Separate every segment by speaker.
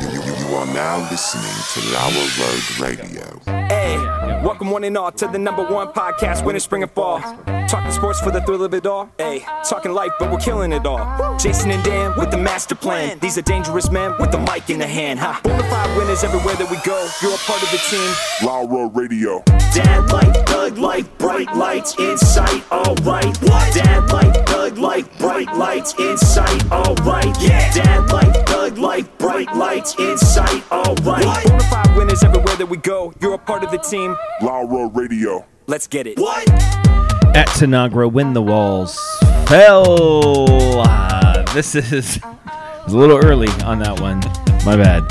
Speaker 1: are now listening to Lower Road Radio.
Speaker 2: Hey, welcome one and all to the number one podcast, winter, spring, and fall. Talking sports for the thrill of it all. Hey, talking life, but we're killing it all. Jason and Dan with the master plan. These are dangerous men with the mic in the hand. Ha! Bona fide winners everywhere that we go. You're a part of the team.
Speaker 1: Laura Radio.
Speaker 3: Dad light, thug light, bright lights in sight, alright. Dad light, thug light, bright lights in sight, alright. Dad light, thug light, bright lights in sight, alright.
Speaker 2: Bona fide winners everywhere that we go. You're a part of the team.
Speaker 1: Laura Radio.
Speaker 2: Let's get it.
Speaker 3: What?
Speaker 4: At Tanagra, when the walls fell. Ah, This is it's a little early on that one. My bad.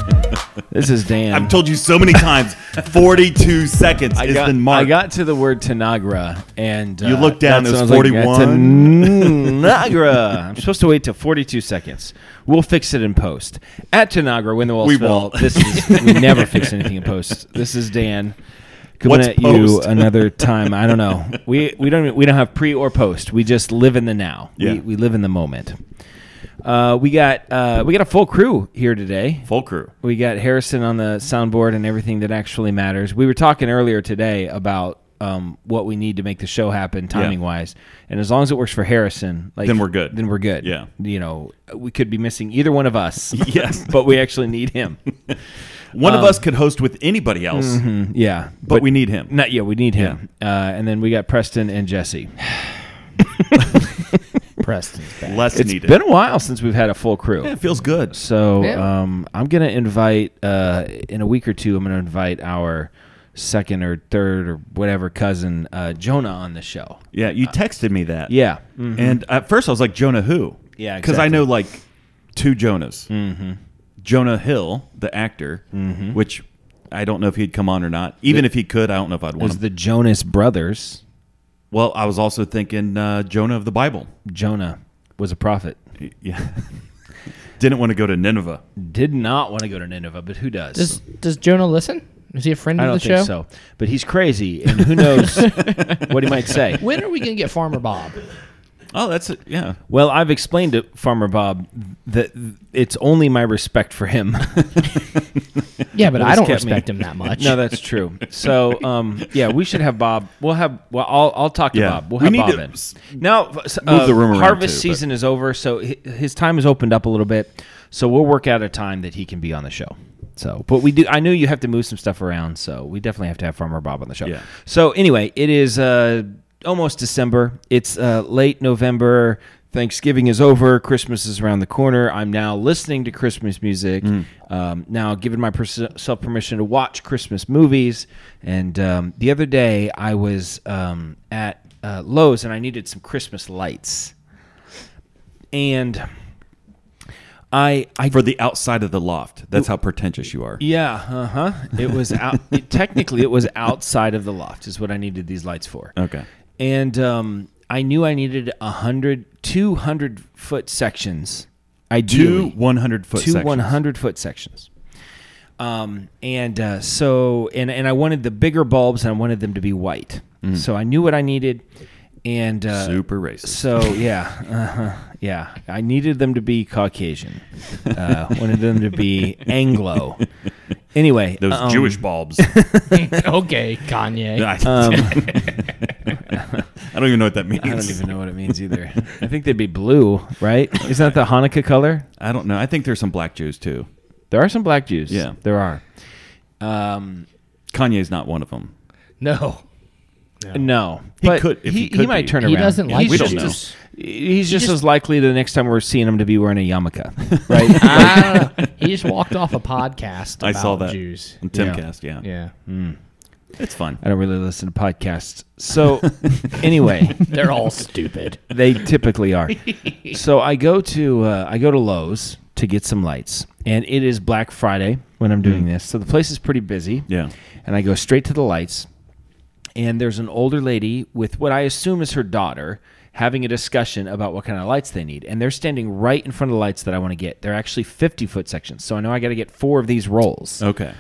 Speaker 4: This is Dan.
Speaker 5: I've told you so many times. Forty-two seconds
Speaker 4: I
Speaker 5: is
Speaker 4: got,
Speaker 5: the mark.
Speaker 4: I got to the word Tanagra, and uh,
Speaker 5: You looked down,
Speaker 4: that's
Speaker 5: it was
Speaker 4: when I
Speaker 5: 41.
Speaker 4: Like, "At Tanagra. I'm supposed to wait till 42 seconds. We'll fix it in post. At Tanagra, when the walls
Speaker 5: We
Speaker 4: fell.
Speaker 5: won't.
Speaker 4: This is we never fix anything in post. This is Dan coming
Speaker 5: What's
Speaker 4: at you
Speaker 5: post?
Speaker 4: another time. I don't know. We we don't we don't have pre or post. We just live in the now.
Speaker 5: Yeah.
Speaker 4: We, we live in the moment. Uh, we got uh, we got a full crew here today.
Speaker 5: Full crew.
Speaker 4: We got Harrison on the soundboard and everything that actually matters. We were talking earlier today about um, what we need to make the show happen timing wise, and as long as it works for Harrison, like
Speaker 5: Then we're good.
Speaker 4: Then we're good.
Speaker 5: Yeah.
Speaker 4: you know, we could be missing either one of us.
Speaker 5: Yes.
Speaker 4: but we actually need him.
Speaker 5: One
Speaker 4: Um,
Speaker 5: of us could host with anybody else,
Speaker 4: Mm-hmm. yeah,
Speaker 5: but, we need him.
Speaker 4: Not yeah, we need him. Uh, and then we got Preston and Jesse.
Speaker 6: Preston's back.
Speaker 5: Less
Speaker 4: It's
Speaker 5: needed.
Speaker 4: been a while since we've had a full crew.
Speaker 5: it feels good.
Speaker 4: So
Speaker 6: Yeah.
Speaker 4: um, I'm gonna invite uh, in a week or two. I'm gonna invite our second or third or whatever cousin uh, Jonah on the show. Mm.
Speaker 5: Yeah, you texted me that.
Speaker 4: Yeah, Mm-hmm.
Speaker 5: And at first I was like, Jonah who?
Speaker 4: Yeah,
Speaker 5: Because I
Speaker 4: exactly.
Speaker 5: know like two Jonas. Mm-hmm. Jonah Hill, the actor,
Speaker 4: Mm-hmm.
Speaker 5: which I don't know if he'd come on or not. Even if he could, I don't know if I'd
Speaker 4: it
Speaker 5: want
Speaker 4: was
Speaker 5: him.
Speaker 4: the Jonas Brothers.
Speaker 5: well, I was also thinking uh, Jonah of the Bible.
Speaker 4: Jonah was a prophet.
Speaker 5: Yeah. Didn't want to go to Nineveh.
Speaker 4: Did not want to go to Nineveh, but who does?
Speaker 6: Does does Jonah listen? Is he a friend
Speaker 4: I
Speaker 6: of
Speaker 4: don't
Speaker 6: the
Speaker 4: think
Speaker 6: show?
Speaker 4: so. But he's crazy, and who knows what he might say.
Speaker 6: When are we gonna get Farmer Bob?
Speaker 5: Oh, that's it. Yeah.
Speaker 4: Well, I've explained to Farmer Bob that it's only my respect for him.
Speaker 6: Yeah, but
Speaker 4: Well,
Speaker 6: I
Speaker 4: this
Speaker 6: don't
Speaker 4: kept me-
Speaker 6: respect him that much.
Speaker 4: no, that's true. So, um, yeah, we should have Bob. We'll have. Well, I'll, I'll talk to
Speaker 5: Yeah.
Speaker 4: Bob. We'll
Speaker 5: We
Speaker 4: have
Speaker 5: need
Speaker 4: Bob
Speaker 5: to
Speaker 4: in.
Speaker 5: s-
Speaker 4: Now, uh,
Speaker 5: move the room around,
Speaker 4: harvest
Speaker 5: too, but-
Speaker 4: season is over, so hi- his time is opened up a little bit. So we'll work out a time that he can be on the show. So, but we do. I knew you have to move some stuff around, so we definitely have to have Farmer Bob on the show.
Speaker 5: Yeah.
Speaker 4: So anyway, it is uh, almost December. It's uh, late November. Thanksgiving is over. Christmas is around the corner. I'm now listening to Christmas music. Um, now giving myself permission to watch Christmas movies. And um, the other day, I was um, at uh, Lowe's and I needed some Christmas lights. And I, I
Speaker 5: For the outside of the loft. That's how pretentious you are.
Speaker 4: yeah, uh huh. It was out. it, technically, it was outside of the loft. Is what I needed these lights for.
Speaker 5: Okay.
Speaker 4: And um, I knew I needed a hundred, two hundred foot sections. I
Speaker 5: Two 100 foot
Speaker 4: two
Speaker 5: sections.
Speaker 4: one hundred foot sections. Um, and uh, so and and I wanted the bigger bulbs and I wanted them to be white. So I knew what I needed. And uh,
Speaker 5: Mm. Super racist.
Speaker 4: So yeah, uh-huh, yeah. I needed them to be Caucasian. Uh, wanted them to be Anglo. Anyway,
Speaker 5: Those
Speaker 4: um,
Speaker 5: Jewish bulbs.
Speaker 6: okay, Kanye.
Speaker 5: I, I don't even know what that means.
Speaker 4: I don't even know what it means either. I think they'd be blue, right? Isn't that the Hanukkah color?
Speaker 5: know. I think there's some black Jews too.
Speaker 4: There are some black Jews.
Speaker 5: Yeah.
Speaker 4: there are. Um,
Speaker 5: Kanye's not one of them.
Speaker 6: No.
Speaker 4: No,
Speaker 5: He
Speaker 4: but
Speaker 5: could- if he could
Speaker 4: might
Speaker 5: be.
Speaker 4: turn
Speaker 6: He
Speaker 4: around.
Speaker 6: doesn't like
Speaker 4: He's
Speaker 5: We
Speaker 4: just
Speaker 5: don't know.
Speaker 4: as- he's just, as likely the next time we're seeing him to be wearing a yarmulke, right?
Speaker 6: I don't know. Ah, He just walked off a podcast. About
Speaker 5: I saw that.
Speaker 6: Jews.
Speaker 5: On Timcast,
Speaker 4: Yeah.
Speaker 5: yeah. Cast, yeah.
Speaker 6: Yeah,
Speaker 5: It's fun.
Speaker 4: I don't really listen to podcasts. So, anyway,
Speaker 6: they're all stupid.
Speaker 4: they typically are. so I go to uh, I go to Lowe's to get some lights, and it is Black Friday when I'm doing this, so the place is pretty busy.
Speaker 5: Yeah.
Speaker 4: and I go straight to the lights, and there's an older lady with what I assume is her daughter having a discussion about what kind of lights they need, and they're standing right in front of the lights that I want to get. They're actually 50 foot sections, so I know I got to get four of these rolls
Speaker 5: Okay.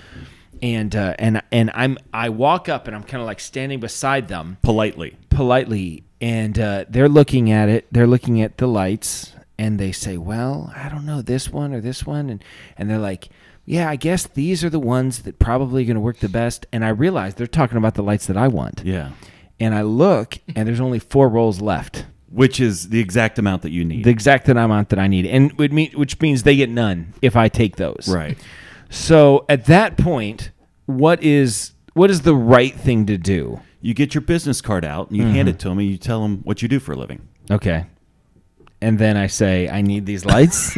Speaker 4: and uh, and and I'm I walk up and I'm kind of like standing beside them
Speaker 5: Politely.
Speaker 4: politely, and uh, they're looking at it. They're looking at the lights, and they say, "Well, I don't know this one or this one," and and they're like, "Yeah, I guess these are the ones that probably going to work the best." And I realize they're talking about the lights that I want.
Speaker 5: Yeah.
Speaker 4: And I look, and there's only four rolls left,
Speaker 5: Which is the exact amount that you need.
Speaker 4: the exact amount that I need, and would mean which means they get none if I take those.
Speaker 5: right.
Speaker 4: So at that point, what is what is the right thing to do?
Speaker 5: You get your business card out and you
Speaker 4: Mm-hmm.
Speaker 5: hand it to them and you tell them what you do for a living.
Speaker 4: Okay. And then I say, I need these lights.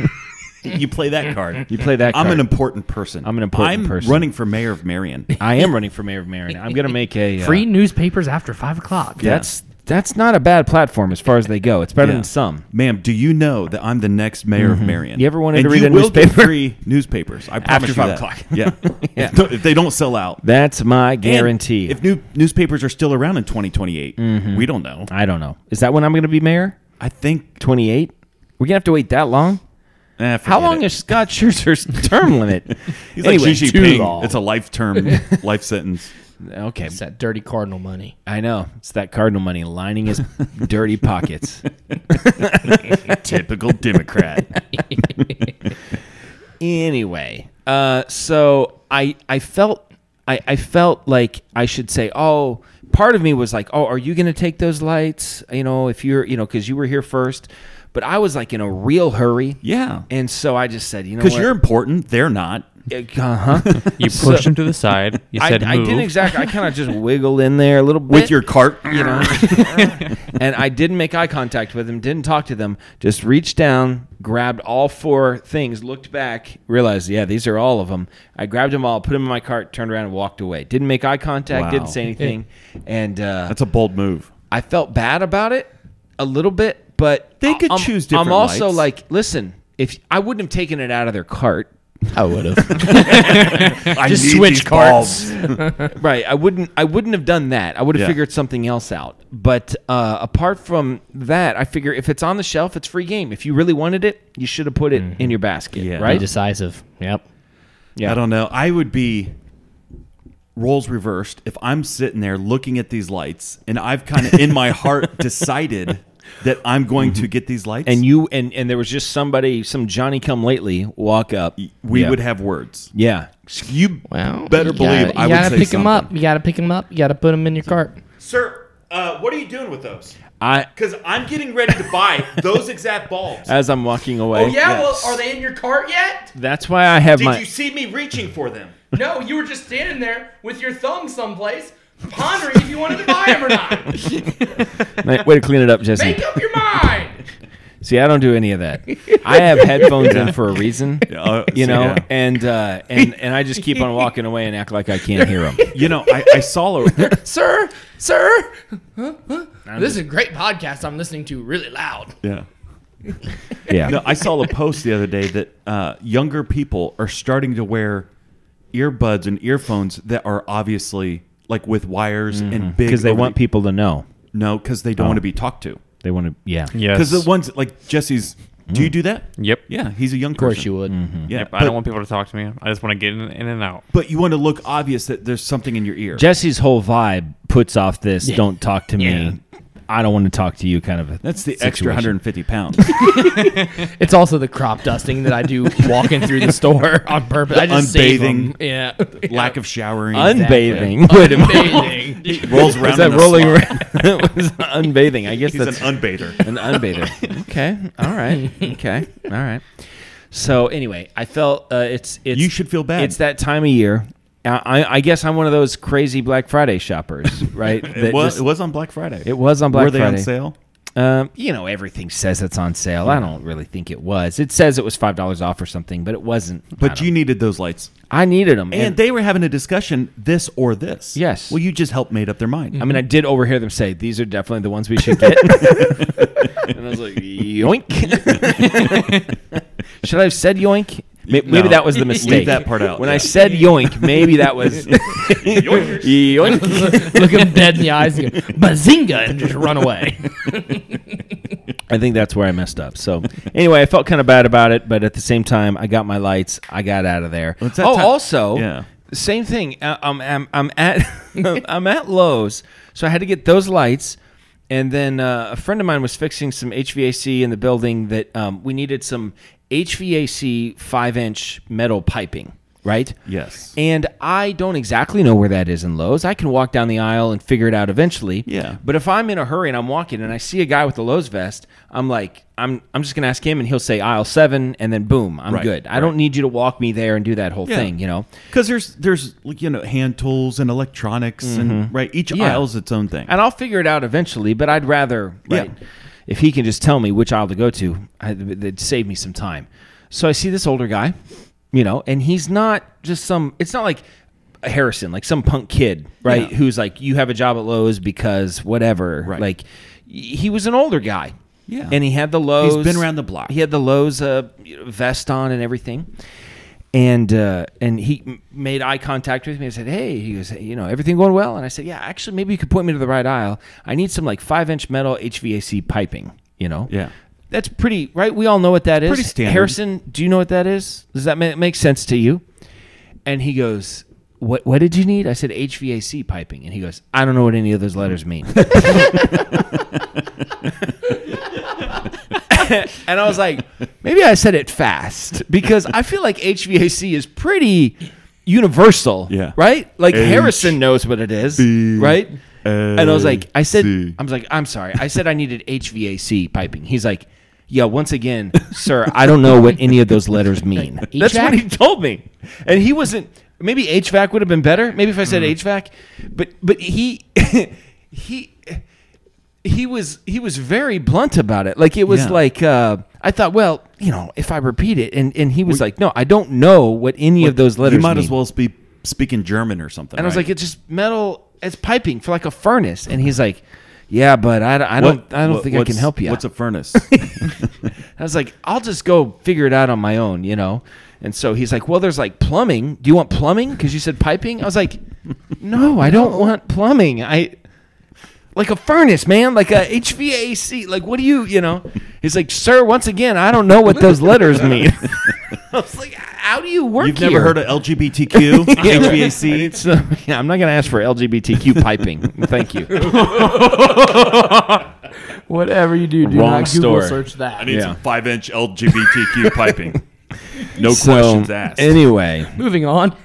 Speaker 5: You play that card.
Speaker 4: you play that
Speaker 5: I'm
Speaker 4: card.
Speaker 5: an important person.
Speaker 4: I'm an important person.
Speaker 5: running for mayor of Marion.
Speaker 4: I am running for mayor of Marion. I'm going to make a uh,
Speaker 6: Free newspapers after five o'clock.
Speaker 4: That's that's not a bad platform as far as they go. It's better
Speaker 5: Yeah.
Speaker 4: than some.
Speaker 5: Ma'am, do you know that I'm the next mayor of Marion?
Speaker 4: Mm-hmm. You ever wanted
Speaker 5: And
Speaker 4: to read
Speaker 5: you
Speaker 4: a
Speaker 5: will get
Speaker 4: newspaper?
Speaker 5: free newspapers. I promise
Speaker 4: After
Speaker 5: you
Speaker 4: five
Speaker 5: that.
Speaker 4: o'clock.
Speaker 5: Yeah.
Speaker 4: Yeah.
Speaker 5: Don't- If they don't sell out.
Speaker 4: That's my
Speaker 5: And
Speaker 4: guarantee. Mm-hmm.
Speaker 5: If new newspapers are still around in 2028, we don't know.
Speaker 4: I don't know. Is that when I'm going to be mayor?
Speaker 5: I think.
Speaker 4: 28? We're going to have to wait that long?
Speaker 5: eh,
Speaker 4: How
Speaker 5: forget
Speaker 4: long
Speaker 5: it.
Speaker 4: is Scott Scherzer's term limit?
Speaker 5: He's
Speaker 4: Anyway,
Speaker 5: like Xi
Speaker 6: too
Speaker 5: Jinping.
Speaker 6: long.
Speaker 5: It's a life term, life sentence.
Speaker 4: okay.
Speaker 6: It's that dirty cardinal money.
Speaker 4: I know. It's that cardinal money lining his dirty pockets.
Speaker 5: Typical Democrat.
Speaker 4: anyway uh so i i felt I, I felt like I should say, oh, part of me was like, oh, are you going to take those lights? You know, if you're, you know, because you were here first. But I was like in a real hurry.
Speaker 5: Yeah.
Speaker 4: And so I just said, you know,
Speaker 5: Because you're important, they're not.
Speaker 4: Uh huh.
Speaker 7: You pushed him to the side. You
Speaker 4: I,
Speaker 7: said,
Speaker 4: I
Speaker 7: move.
Speaker 4: didn't exactly. I kind of just wiggled in there a little bit.
Speaker 5: With your cart, you know.
Speaker 4: and I didn't make eye contact with them, didn't talk to them, just reached down, grabbed all four things, looked back, realized, yeah, these are all of them. I grabbed them all, put them in my cart, turned around, and walked away. Didn't make eye contact,
Speaker 5: Wow.
Speaker 4: didn't say anything. And uh,
Speaker 5: That's a bold move.
Speaker 4: I felt bad about it a little bit, but
Speaker 5: They
Speaker 4: I-
Speaker 5: could
Speaker 4: I'm,
Speaker 5: choose
Speaker 4: I'm
Speaker 5: different
Speaker 4: also
Speaker 5: lights.
Speaker 4: like, listen, if I wouldn't have taken it out of their cart,
Speaker 6: I would have.
Speaker 5: I
Speaker 6: Just
Speaker 5: need
Speaker 6: switch
Speaker 5: these
Speaker 6: carts.
Speaker 5: bulbs.
Speaker 4: right i wouldn't i wouldn't have done that i would have
Speaker 5: Yeah.
Speaker 4: figured something else out but uh, apart from that i figure if it's on the shelf it's free game if you really wanted it you should have put it in your basket
Speaker 5: Mm-hmm. Yeah.
Speaker 4: right
Speaker 6: Decisive. Yep.
Speaker 4: Yeah.
Speaker 5: I don't know. I would be roles reversed if I'm sitting there looking at these lights and I've kind of in my heart decided that I'm going to get these lights.
Speaker 4: and you and and there was just somebody some johnny come lately walk up
Speaker 5: we
Speaker 4: Yeah.
Speaker 5: would have words.
Speaker 4: yeah
Speaker 5: You
Speaker 7: Well,
Speaker 5: better
Speaker 7: you
Speaker 5: believe
Speaker 7: gotta-
Speaker 5: I
Speaker 7: you
Speaker 5: would
Speaker 6: gotta
Speaker 5: say
Speaker 6: pick
Speaker 5: something.
Speaker 6: them up. You gotta pick them up. You gotta put them in your cart.
Speaker 5: Sir, uh, what are you doing with those?
Speaker 4: i
Speaker 5: Because I'm getting ready to buy those exact bulbs.
Speaker 4: as i'm walking away
Speaker 5: Oh, they?
Speaker 8: in your cart yet?
Speaker 4: that's why i have my
Speaker 5: see me reaching for them?
Speaker 8: No, you were just standing there with your thumb someplace, pondering if you wanted to buy them or not.
Speaker 4: Nice- way to clean it up jesse
Speaker 8: Make up your mind.
Speaker 4: see i don't do any of that i have headphones in for a reason
Speaker 5: uh,
Speaker 4: you
Speaker 5: so,
Speaker 4: know
Speaker 5: yeah.
Speaker 4: and uh and and i just keep on walking away and act like i can't hear them
Speaker 5: You know, I, I saw a.
Speaker 8: Sir, sir. Huh? Huh? This is a great podcast I'm listening to really loud.
Speaker 5: yeah.
Speaker 4: yeah
Speaker 5: No, I saw a post the other day that uh, younger people are starting to wear earbuds and earphones that are obviously like with wires and big
Speaker 4: because they
Speaker 5: over
Speaker 4: want
Speaker 5: the-
Speaker 4: people to know.
Speaker 5: No, because they
Speaker 4: Oh.
Speaker 5: don't want to be talked to.
Speaker 4: They want to, yeah.
Speaker 7: Yes.
Speaker 5: Because the ones like Jesse's. Do
Speaker 4: Mm.
Speaker 5: you do that?
Speaker 7: Yep.
Speaker 5: Yeah, he's a young
Speaker 6: Of course you would.
Speaker 5: Yeah,
Speaker 7: Yep,
Speaker 5: but,
Speaker 7: I don't want people to talk to me. I just want to get in, in and out.
Speaker 5: but you want to look obvious that there's something in your ear.
Speaker 4: Jesse's whole vibe puts off this "don't talk to me,
Speaker 6: Yeah.
Speaker 4: I don't want to talk to you" kind of. A
Speaker 5: That's the extra
Speaker 4: situation.
Speaker 5: 150 pounds.
Speaker 6: It's also the crop dusting that I do walking through the store on purpose. I just save
Speaker 5: unbathing.
Speaker 6: 'em. Yeah.
Speaker 5: Lack of showering.
Speaker 4: unbathing.
Speaker 6: Bathing.
Speaker 5: rolls around.
Speaker 4: Is that
Speaker 5: in a
Speaker 4: rolling?
Speaker 5: slot.
Speaker 4: around? It was unbathing. I guess
Speaker 5: He's an
Speaker 4: that's
Speaker 5: unbather.
Speaker 4: an unbather. okay. All right. Okay. All right. So anyway, I felt uh, it's it's
Speaker 5: You should feel bad.
Speaker 4: It's that time of year. I, I- I guess I'm one of those crazy Black Friday shoppers, right?
Speaker 5: It
Speaker 4: that
Speaker 5: was,
Speaker 4: just-
Speaker 5: it was on Black Friday.
Speaker 4: It was on Black
Speaker 5: Were they
Speaker 4: Friday.
Speaker 5: on sale?
Speaker 4: Um, you know, everything says it's on sale. I don't really think it was. It says it was five dollars off or something, but it wasn't. I
Speaker 5: But
Speaker 4: don't-
Speaker 5: you needed those lights.
Speaker 4: I needed them,
Speaker 5: And,
Speaker 4: and,
Speaker 5: they were having a discussion this or this.
Speaker 4: Yes.
Speaker 5: Well, you just helped made up their mind.
Speaker 4: I mean, I did overhear them say these are definitely the ones we should get. and I was like, yoink. should I have said yoink? May- Maybe
Speaker 5: No.
Speaker 4: that was the mistake.
Speaker 5: that part out,
Speaker 4: When
Speaker 5: yeah.
Speaker 4: I said yoink, maybe that was yoink.
Speaker 6: Look him dead in the eyes and go, bazinga, and just run away.
Speaker 4: I think that's where I messed up. So anyway, I felt kind of bad about it, but at the same time, I got my lights. I got out of there.
Speaker 5: it's that
Speaker 4: oh,
Speaker 5: time-
Speaker 4: also,
Speaker 5: Yeah.
Speaker 4: same thing. uh, I'm, I'm, I'm at I'm at Lowe's, so I had to get those lights. And then uh, a friend of mine was fixing some HVAC in the building that um, we needed some HVAC five inch metal piping, right?
Speaker 5: Yes.
Speaker 4: And I don't exactly know where that is in Lowe's. I can walk down the aisle and figure it out eventually.
Speaker 5: Yeah.
Speaker 4: But if I'm in a hurry and I'm walking and I see a guy with a Lowe's vest, I'm like, I'm I'm just gonna ask him and he'll say aisle seven and then boom, I'm
Speaker 5: Right,
Speaker 4: good. I don't need you to walk me there and do that whole
Speaker 5: Yeah.
Speaker 4: thing, you know.
Speaker 5: Because there's there's like, you know hand tools and electronics and right each
Speaker 4: Mm-hmm. Yeah.
Speaker 5: aisle's its own thing.
Speaker 4: and I'll figure it out eventually. But I'd rather,
Speaker 5: Yeah.
Speaker 4: right, if he can just tell me which aisle to go to, I, it'd save me some time. So I see this older guy, you know, and he's not just some. It's not like a Harrison, like some punk kid, right,
Speaker 5: Yeah.
Speaker 4: who's like, you have a job at Lowe's because whatever.
Speaker 5: Right.
Speaker 4: Like y- he was an older guy.
Speaker 5: Yeah.
Speaker 4: and he had the Lowe's.
Speaker 5: been around the block.
Speaker 4: He had the Lowe's uh, you know, vest on and everything and uh, and he m- made eye contact with me and said, "Hey," he goes, "Hey, "You know, everything going well?" And I said, "Yeah, actually, maybe you could point me to the right aisle. I need some like five inch metal HVAC piping. You know,
Speaker 5: Yeah.
Speaker 4: that's pretty right. We all know what that is.
Speaker 5: Pretty standard.
Speaker 4: Harrison, do you know what that is? Does that ma- make sense to you?" And he goes, "What? What did you need?" I said, "HVAC piping," and he goes, "I don't know what any of those letters mean." and I was like, maybe I said it fast because I feel like HVAC is pretty universal,
Speaker 5: Yeah.
Speaker 4: right? Like
Speaker 5: H-
Speaker 4: Harrison knows what it is,
Speaker 5: B-
Speaker 4: right? and I was like, I said,
Speaker 5: C.
Speaker 4: I was like, I'm sorry, I said I needed HVAC piping. He's like, yeah, once again, sir, I don't know what any of those letters mean. That's what he told me, and he wasn't. Maybe HVAC would have been better. Maybe if I said HVAC, but but he he he was he was very blunt about it. Like it was
Speaker 5: Yeah.
Speaker 4: like uh, I thought, well, you know, if I repeat it, and and he was like, no, I don't know what any of those letters.
Speaker 5: you might as
Speaker 4: mean."
Speaker 5: well be speaking German or something.
Speaker 4: And I was
Speaker 5: right?
Speaker 4: like, it's just metal. It's piping for like a furnace, and he's like. Yeah, but I, don't- I don't
Speaker 5: What-
Speaker 4: I don't
Speaker 5: what-
Speaker 4: think I can
Speaker 5: what's-
Speaker 4: help you.
Speaker 5: What's a furnace?
Speaker 4: I was like, I'll just go figure it out on my own, you know? And so he's like, Well, there's like plumbing. Do you want plumbing? Because you said piping. I was like, No, I don't want plumbing. I like a furnace, man, like a HVAC. Like, what do you, you know? He's like, Sir, once again, I don't know what those letters mean. I was like, How do you work
Speaker 5: You've never
Speaker 4: here?
Speaker 5: heard of LGBTQ, HVAC?
Speaker 4: It's, uh, yeah, I'm not going to ask for LGBTQ piping. Thank you.
Speaker 6: Whatever you do, do
Speaker 4: Wrong
Speaker 6: not Google
Speaker 4: store.
Speaker 6: search that.
Speaker 5: I need
Speaker 4: Yeah.
Speaker 5: some five-inch LGBTQ piping. No
Speaker 4: So,
Speaker 5: questions asked.
Speaker 4: Anyway,
Speaker 6: Moving on.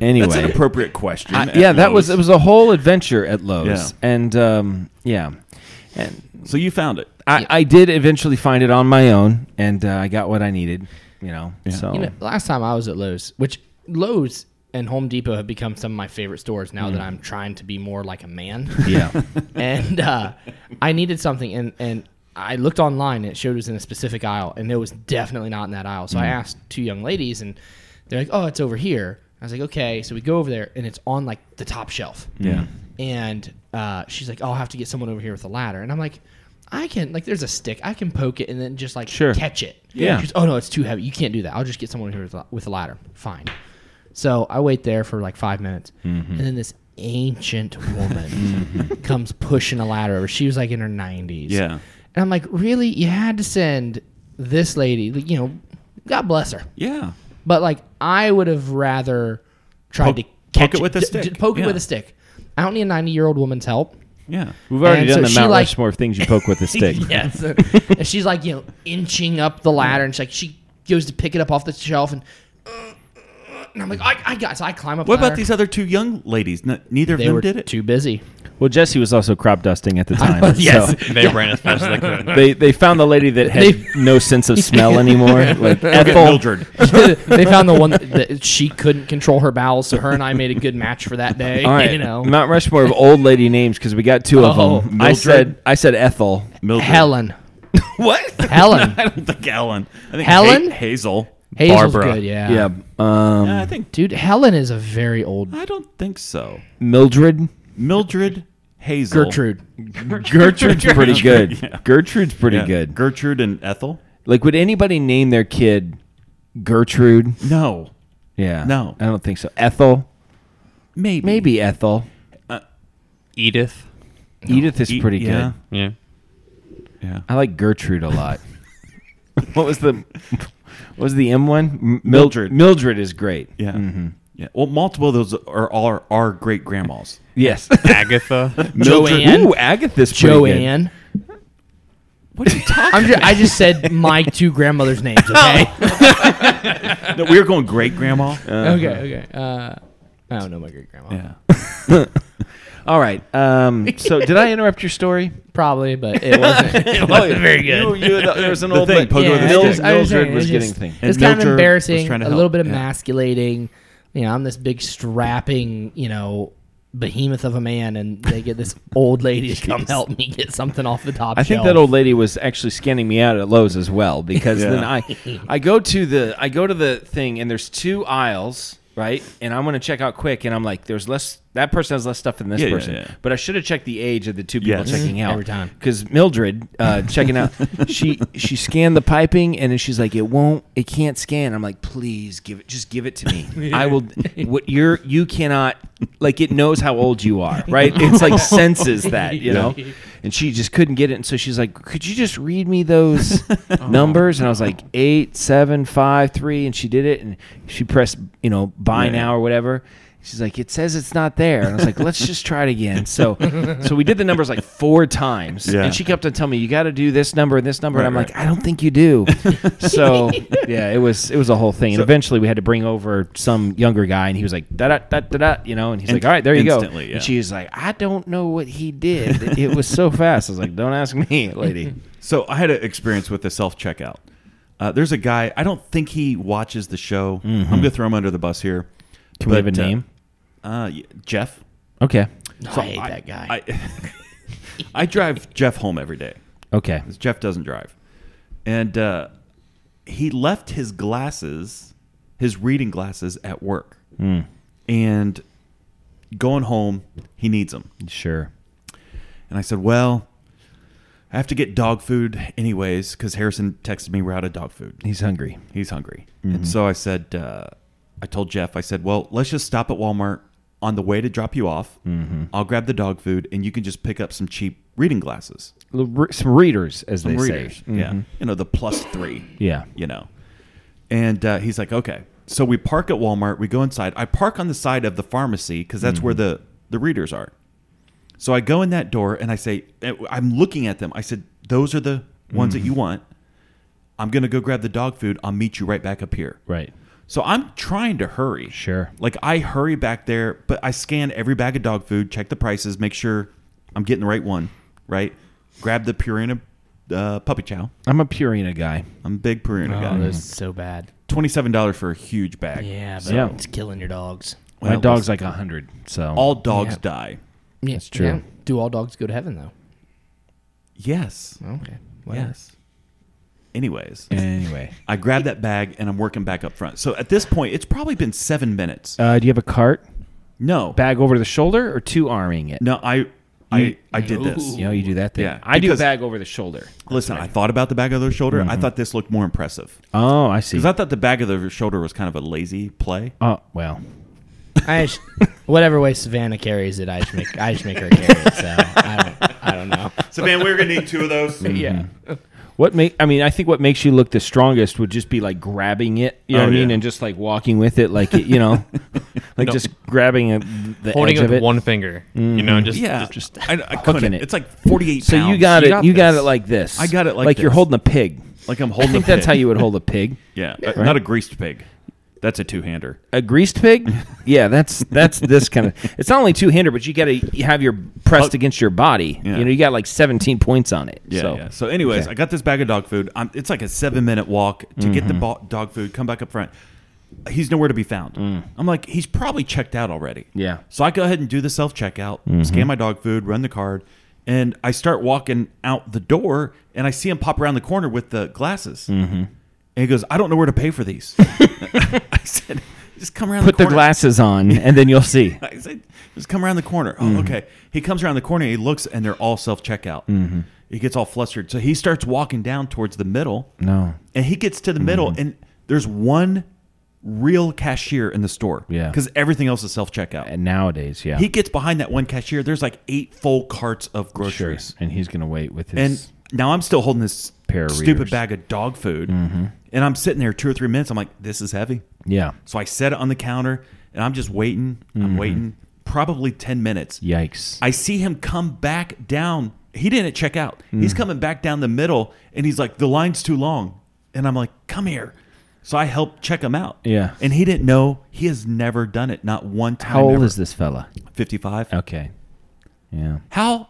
Speaker 4: anyway,
Speaker 5: That's an appropriate question.
Speaker 4: I-
Speaker 5: at
Speaker 4: yeah, that
Speaker 5: Lowe's.
Speaker 4: was it was a whole adventure at Lowe's,
Speaker 5: Yeah.
Speaker 4: and um, yeah, and
Speaker 5: So you found it.
Speaker 4: I, I did eventually find it on my own, and uh, I got what I needed. You know, so
Speaker 6: You know, last time I was at Lowe's, which Lowe's and Home Depot have become some of my favorite stores now that I'm trying to be more like a man.
Speaker 4: yeah,
Speaker 6: and uh, I needed something, and and I looked online, and it showed it was in a specific aisle, and it was definitely not in that aisle. So I asked two young ladies, and they're like, "Oh, it's over here." I was like, "Okay." So we go over there, and it's on like the top shelf. Yeah. And uh, she's like, "I'll have to get someone over here with a ladder," and I'm like. I can like there's a stick I can poke it and then just like
Speaker 4: Sure.
Speaker 6: catch it.
Speaker 4: Yeah.
Speaker 6: She's, oh no, it's too heavy. You can't do that. I'll just get someone over here with a, with a ladder. Fine. So I wait there for like five minutes,
Speaker 4: Mm-hmm.
Speaker 6: and then this ancient woman comes pushing a ladder over. She was like in her nineties.
Speaker 5: Yeah.
Speaker 6: and I'm like, really? You had to send this lady? like, You know, God bless her.
Speaker 5: Yeah.
Speaker 6: But like, I would have rather tried
Speaker 5: Poke-
Speaker 6: to
Speaker 5: poke
Speaker 6: catch
Speaker 5: it with a
Speaker 6: d-
Speaker 5: stick.
Speaker 6: d- poke it
Speaker 5: Yeah.
Speaker 6: with a stick. I don't need a ninety year old woman's help.
Speaker 5: Yeah.
Speaker 4: we've already
Speaker 6: And
Speaker 4: done
Speaker 6: so
Speaker 4: the
Speaker 6: she,
Speaker 4: Mount
Speaker 6: like-
Speaker 4: Rushmore of things you poke with a stick.
Speaker 6: yes. and she's like, you know, inching up the ladder, and she's like, she goes to pick it up off the shelf, and, and I'm like, I, I got. So I climb up.
Speaker 5: What
Speaker 6: the
Speaker 5: about
Speaker 6: ladder.
Speaker 5: these other two young ladies? N- neither of
Speaker 6: They
Speaker 5: them
Speaker 6: were
Speaker 5: did it.
Speaker 6: too busy.
Speaker 4: Well, Jesse was also crop dusting at the time.
Speaker 6: Oh, yes.
Speaker 4: so
Speaker 7: They ran as fast as they could.
Speaker 4: they they found the lady that had
Speaker 6: They-
Speaker 4: no sense of smell anymore. Like Ethel.
Speaker 5: Mildred.
Speaker 6: they found the one that she couldn't control her bowels, so her and I made a good match for that day.
Speaker 4: All right,
Speaker 6: you know,
Speaker 4: Mount Rushmore of old lady names because we got two of
Speaker 6: Oh.
Speaker 4: them. I
Speaker 5: Mildred.
Speaker 4: said I said Ethel.
Speaker 5: Mildred.
Speaker 6: Helen,
Speaker 5: What?
Speaker 6: Helen,
Speaker 5: I don't think Helen. I think
Speaker 6: Helen?
Speaker 5: Ha- Hazel.
Speaker 6: Hazel's
Speaker 7: Barbara.
Speaker 6: good, yeah.
Speaker 4: Yeah, um,
Speaker 5: Yeah, I think.
Speaker 6: dude, Helen is a very old
Speaker 5: I don't think so.
Speaker 4: Mildred.
Speaker 5: Mildred Hazel.
Speaker 6: Gertrude.
Speaker 4: Gertrude's pretty good.
Speaker 5: Yeah.
Speaker 4: Gertrude's pretty
Speaker 5: Yeah.
Speaker 4: good.
Speaker 5: Gertrude and Ethel.
Speaker 4: Like, would anybody name their kid Gertrude?
Speaker 5: No.
Speaker 4: Yeah.
Speaker 5: No.
Speaker 4: I don't think so. Ethel?
Speaker 5: Maybe.
Speaker 4: Maybe Ethel.
Speaker 7: Edith.
Speaker 4: Edith is
Speaker 5: E-
Speaker 4: pretty
Speaker 5: yeah.
Speaker 4: good. Uh,
Speaker 7: Yeah.
Speaker 4: I like Gertrude a lot. what was the what was the M one? M- Mil-
Speaker 5: Mildred.
Speaker 4: Mildred is great.
Speaker 5: Yeah. Yeah. Well, multiple of those are are, are great grandmas.
Speaker 4: Yes.
Speaker 7: Agatha.
Speaker 4: Mildred-
Speaker 6: Joanne?
Speaker 4: Ooh, Agatha's pretty good.
Speaker 6: Joanne.
Speaker 5: What are you talking? Oh.
Speaker 6: I'm just, I just said my two grandmother's names. Okay.
Speaker 5: no, we were going great grandma.
Speaker 6: okay. Okay. Uh, I don't know my great grandma.
Speaker 5: yeah.
Speaker 4: All right. Um, so did I interrupt your story?
Speaker 6: Probably, but it wasn't. it wasn't very good.
Speaker 4: You, you, there was an
Speaker 5: The
Speaker 4: old
Speaker 5: thing,
Speaker 4: but-
Speaker 5: Pogo
Speaker 6: yeah,
Speaker 5: the
Speaker 6: I
Speaker 5: stick.
Speaker 6: just- I just-
Speaker 4: Mildred
Speaker 6: I
Speaker 4: was
Speaker 6: just-
Speaker 4: getting thing.
Speaker 5: And
Speaker 6: It's kind
Speaker 5: Mildred
Speaker 6: of
Speaker 5: was
Speaker 6: embarrassing,
Speaker 5: trying to
Speaker 6: a
Speaker 5: help.
Speaker 6: little bit
Speaker 5: Yeah.
Speaker 6: emasculating. You know, I'm this big strapping, you know, behemoth of a man, and they get this old lady to come help me get something off the top.
Speaker 4: I think
Speaker 6: shelf.
Speaker 4: that old lady was actually scanning me out at Lowe's as well because then
Speaker 5: Yeah.
Speaker 4: I I go to the I go to the thing and there's two aisles right and I'm gonna check out quick and I'm like there's less that person has less stuff than this
Speaker 5: Yeah, yeah,
Speaker 4: person
Speaker 5: yeah.
Speaker 4: but I should have checked the age of the two people
Speaker 5: Yes.
Speaker 4: checking out
Speaker 6: Mm-hmm. Every time.
Speaker 4: because Mildred uh, checking out she she scanned the piping and then she's like it won't it can't scan I'm like please give it just give it to me I will what you're you cannot like it knows how old you are right it's like senses that you know and she just couldn't get it. And so she's like, "Could you just read me those numbers?" And I was like, eight, seven, five, three. And she did it, and she pressed, you know, buy
Speaker 5: Yeah.
Speaker 4: now or whatever. She's like, "It says it's not there." And I was like, "Let's just try it again." So, so we did the numbers like four times,
Speaker 5: Yeah.
Speaker 4: and she kept on telling me, "You got to do this number and this number."
Speaker 5: Right,
Speaker 4: and I'm like,
Speaker 5: right.
Speaker 4: "I don't think you do." so, yeah, it was it was a whole thing. And
Speaker 5: So-
Speaker 4: eventually, we had to bring over some younger guy, and he was like, "Da da da da da," you know, and he's
Speaker 5: In-
Speaker 4: like, "All right, there you go."
Speaker 5: instantly, yeah.
Speaker 4: And she He's like, I don't know what he did. It was so fast. I was like, don't ask me, lady.
Speaker 5: So I had an experience with the self checkout. Uh, there's a guy. I don't think he watches the show. I'm
Speaker 4: Mm-hmm.
Speaker 5: gonna throw him under the bus here.
Speaker 4: Can we have a
Speaker 5: But, uh,
Speaker 4: name?
Speaker 5: Uh, yeah, Jeff.
Speaker 4: Okay.
Speaker 6: No, I hate that guy.
Speaker 5: I, I drive Jeff home every day.
Speaker 4: Okay.
Speaker 5: 'cause Jeff doesn't drive, and uh, he left his glasses, his reading glasses, at work. And going home, he needs them.
Speaker 4: Sure.
Speaker 5: And I said, "Well, I have to get dog food anyways because Harrison texted me we're out of dog food.
Speaker 4: He's hungry.
Speaker 5: He's hungry."
Speaker 4: Mm-hmm.
Speaker 5: And so I said, uh, "I told Jeff, I said, well, let's just stop at Walmart on the way to drop you off.
Speaker 4: Mm-hmm.
Speaker 5: I'll grab the dog food, and you can just pick up some cheap reading glasses,
Speaker 4: L- re- Some readers, as
Speaker 5: some
Speaker 4: they
Speaker 5: readers,
Speaker 4: say. Mm. Mm-hmm.
Speaker 5: yeah, you know, the plus three,
Speaker 4: Yeah.
Speaker 5: you know." And uh, he's like, "Okay." So we park at Walmart. We go inside. I park on the side of the pharmacy because that's where
Speaker 4: Mm-hmm.
Speaker 5: the the readers are. So I go in that door and I say, I'm looking at them. I said, those are the ones
Speaker 4: Mm-hmm.
Speaker 5: that you want. I'm going to go grab the dog food. I'll meet you right back up here.
Speaker 4: Right.
Speaker 5: So I'm trying to hurry.
Speaker 4: Sure.
Speaker 5: Like I hurry back there, but I scan every bag of dog food, check the prices, make sure I'm getting the right one, right? Grab the Purina uh, puppy chow.
Speaker 4: I'm a Purina guy.
Speaker 5: I'm a big Purina
Speaker 6: oh,
Speaker 5: guy.
Speaker 6: that's so bad.
Speaker 5: $27 for a huge bag.
Speaker 6: Yeah, but
Speaker 4: Yeah.
Speaker 6: it's killing your dogs.
Speaker 4: My
Speaker 5: Well,
Speaker 4: dog's like 100. So.
Speaker 5: All dogs
Speaker 6: Yeah.
Speaker 5: die.
Speaker 6: Yeah,
Speaker 4: That's true.
Speaker 6: yeah. Do all dogs go to heaven though?
Speaker 5: Yes.
Speaker 6: Okay.
Speaker 5: Yes. Anyways.
Speaker 4: anyway.
Speaker 5: I grab that bag and I'm working back up front. So at this point, it's probably been seven minutes.
Speaker 4: Uh, do you have a cart?
Speaker 5: no,
Speaker 4: Bag over the shoulder or two arming it?
Speaker 5: no, I, I, I did this.
Speaker 4: You know, you do that thing.
Speaker 5: Yeah,
Speaker 4: I do
Speaker 5: because-
Speaker 4: bag over the shoulder.
Speaker 5: Listen, I thought about the bag over the shoulder. I
Speaker 4: Mm-hmm.
Speaker 5: thought this looked more impressive
Speaker 4: Oh, I see.
Speaker 5: because I thought the bag over the shoulder was kind of a lazy play.
Speaker 4: oh, well.
Speaker 6: I just, whatever way Savannah carries it, I just make I just make her carry it. So I don't, I don't know.
Speaker 5: So man, we're gonna need two of those.
Speaker 6: Yeah.
Speaker 4: mm-hmm. What make I mean, I think what makes you look the strongest would just be like grabbing it, you know
Speaker 5: Oh,
Speaker 4: what I mean,
Speaker 5: yeah.
Speaker 4: and just like walking with it, like it, you know, like just grabbing a, the
Speaker 7: Holding
Speaker 4: edge
Speaker 7: it
Speaker 4: of
Speaker 7: with
Speaker 4: it.
Speaker 7: one finger. You know, just
Speaker 5: Yeah,
Speaker 7: just-
Speaker 5: just I, I couldn't.
Speaker 4: it.
Speaker 5: It's like 48.
Speaker 4: so you
Speaker 5: pounds.
Speaker 4: got it, you got
Speaker 5: this.
Speaker 4: it like this.
Speaker 5: I got it like
Speaker 4: like you're
Speaker 5: this.
Speaker 4: holding a pig.
Speaker 5: like I'm holding.
Speaker 4: I think
Speaker 5: a
Speaker 4: that's
Speaker 5: pig.
Speaker 4: how you would hold a pig.
Speaker 5: Yeah, uh, not a greased pig. That's a two hander.
Speaker 4: A greased pig? Yeah, that's that's this kind of. It's not only two hander, but you got to have your pressed
Speaker 5: Oh.
Speaker 4: against your body.
Speaker 5: Yeah.
Speaker 4: You know, you got like 17 points on it. so
Speaker 5: Yeah. So, yeah. so anyways,
Speaker 4: Okay.
Speaker 5: I got this bag of dog food. i it's like a seven minute walk to get
Speaker 4: Mm-hmm.
Speaker 5: the bo- dog food, come back up front. He's nowhere to be found. I'm like, he's probably checked out already.
Speaker 4: Mm. Yeah. Mm-hmm.
Speaker 5: So I go ahead and do the self checkout, scan my dog food, run the card, and I start walking out the door, and I see him pop around the corner with the glasses.
Speaker 4: Mm-hmm.
Speaker 5: And he goes, I don't know where to pay for these. I said, just come around
Speaker 4: put
Speaker 5: the
Speaker 4: the
Speaker 5: corner.
Speaker 4: glasses on, and then you'll see.
Speaker 5: I said, just come around the corner. Oh,
Speaker 4: Mm-hmm.
Speaker 5: okay. He comes around the corner. He looks, and they're all self checkout.
Speaker 4: Mm-hmm.
Speaker 5: He gets all flustered, so he starts walking down towards the middle.
Speaker 4: No.
Speaker 5: and he gets to the middle,
Speaker 4: Mm-hmm.
Speaker 5: and there's one real cashier in the store.
Speaker 4: Yeah.
Speaker 5: because everything else is self checkout.
Speaker 4: And nowadays, yeah,
Speaker 5: He gets behind that one cashier. There's like eight full carts of
Speaker 4: sure,
Speaker 5: groceries,
Speaker 4: and he's gonna wait with his.
Speaker 5: and now I'm still holding this
Speaker 4: Pair of
Speaker 5: stupid
Speaker 4: readers. Mm-hmm.
Speaker 5: bag of dog food, And I'm sitting there two or three minutes. I'm like, this is heavy.
Speaker 4: Yeah.
Speaker 5: So I set it on the counter and I'm just waiting.
Speaker 4: Mm-hmm.
Speaker 5: I'm waiting probably 10 minutes.
Speaker 4: Yikes.
Speaker 5: I see him come back down. He didn't check out.
Speaker 4: Hmm.
Speaker 5: He's coming back down the middle and he's like, the line's too long. And I'm like, come here. So I help check him out.
Speaker 4: Yeah.
Speaker 5: And he didn't know. He has never done it. Not one time.
Speaker 4: How old
Speaker 5: ever.
Speaker 4: is this fella?
Speaker 5: 55.
Speaker 4: Okay. Yeah.
Speaker 5: How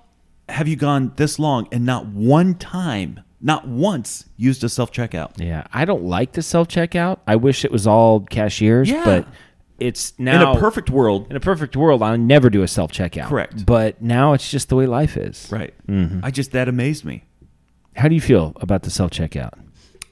Speaker 5: have you gone this long and not one time, not once, used a self checkout?
Speaker 4: Yeah. I don't like the self checkout. I wish it was all cashiers,
Speaker 5: Yeah.
Speaker 4: but it's
Speaker 5: In
Speaker 4: now
Speaker 5: a perfect world,
Speaker 4: in a perfect world, I'll never do a self checkout.
Speaker 5: Correct.
Speaker 4: But now it's just the way life is.
Speaker 5: Right.
Speaker 4: Mm-hmm.
Speaker 5: I just that amazed me.
Speaker 4: How do you feel about the self checkout?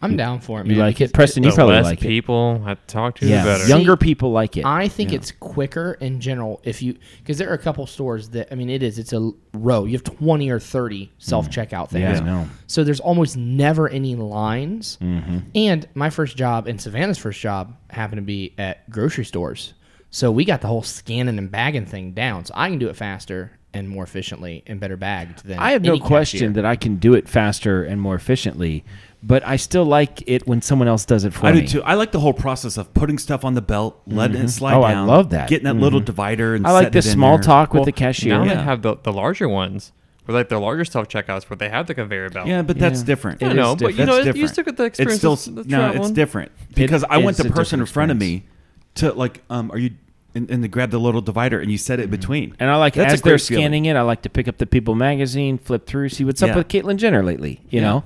Speaker 6: I'm down for it,
Speaker 4: You
Speaker 6: man.
Speaker 4: like it,
Speaker 6: because
Speaker 4: Preston? You
Speaker 7: the
Speaker 4: probably
Speaker 7: less
Speaker 4: like it.
Speaker 7: people I talk to,
Speaker 4: Yeah.
Speaker 7: the better.
Speaker 4: Younger people like it.
Speaker 6: I think it's quicker in general if you because there are a couple stores that I mean it is it's a row you have twenty or thirty self checkout things.
Speaker 4: Mm. I know. Mm-hmm.
Speaker 6: So there's almost never any lines. And my first job and Savannah's first job happened to be at grocery stores. So we got the whole scanning and bagging thing down. So I can do it faster and more efficiently and better bagged than
Speaker 4: I have no
Speaker 6: any
Speaker 4: question
Speaker 6: cashier.
Speaker 4: that I can do it faster and more efficiently, but I still like it when someone else does it for
Speaker 5: I
Speaker 4: me.
Speaker 5: do too. I like the whole process of putting stuff on the belt, letting it slide
Speaker 4: Oh, I
Speaker 5: down.
Speaker 4: love that. Mm-hmm.
Speaker 5: Getting that little divider and
Speaker 4: I like
Speaker 5: setting
Speaker 4: the
Speaker 5: it in
Speaker 4: small
Speaker 5: there.
Speaker 4: talk with
Speaker 7: Well,
Speaker 4: the cashier.
Speaker 7: Now
Speaker 5: Yeah.
Speaker 7: they have the, the larger ones, where like the larger self checkouts, where they have the conveyor belt.
Speaker 5: Yeah, but that's different.
Speaker 7: I
Speaker 4: It
Speaker 7: know,
Speaker 4: is
Speaker 7: but you
Speaker 5: That's
Speaker 7: know, it-
Speaker 5: different.
Speaker 7: you still get the experience.
Speaker 5: It's still
Speaker 7: of the
Speaker 5: no, it's
Speaker 7: traveling.
Speaker 5: different because I want
Speaker 4: is
Speaker 5: the
Speaker 4: a
Speaker 5: person in
Speaker 4: different
Speaker 5: front of
Speaker 4: experience.
Speaker 5: me to like, um, are you? And, and they grab the little divider and you set it between.
Speaker 4: Mm-hmm. and I like
Speaker 5: That's a
Speaker 4: as they're
Speaker 5: great feeling.
Speaker 4: scanning it, I like to pick up the People magazine, flip through, see what's up
Speaker 5: Yeah.
Speaker 4: with Caitlyn Jenner lately, you know,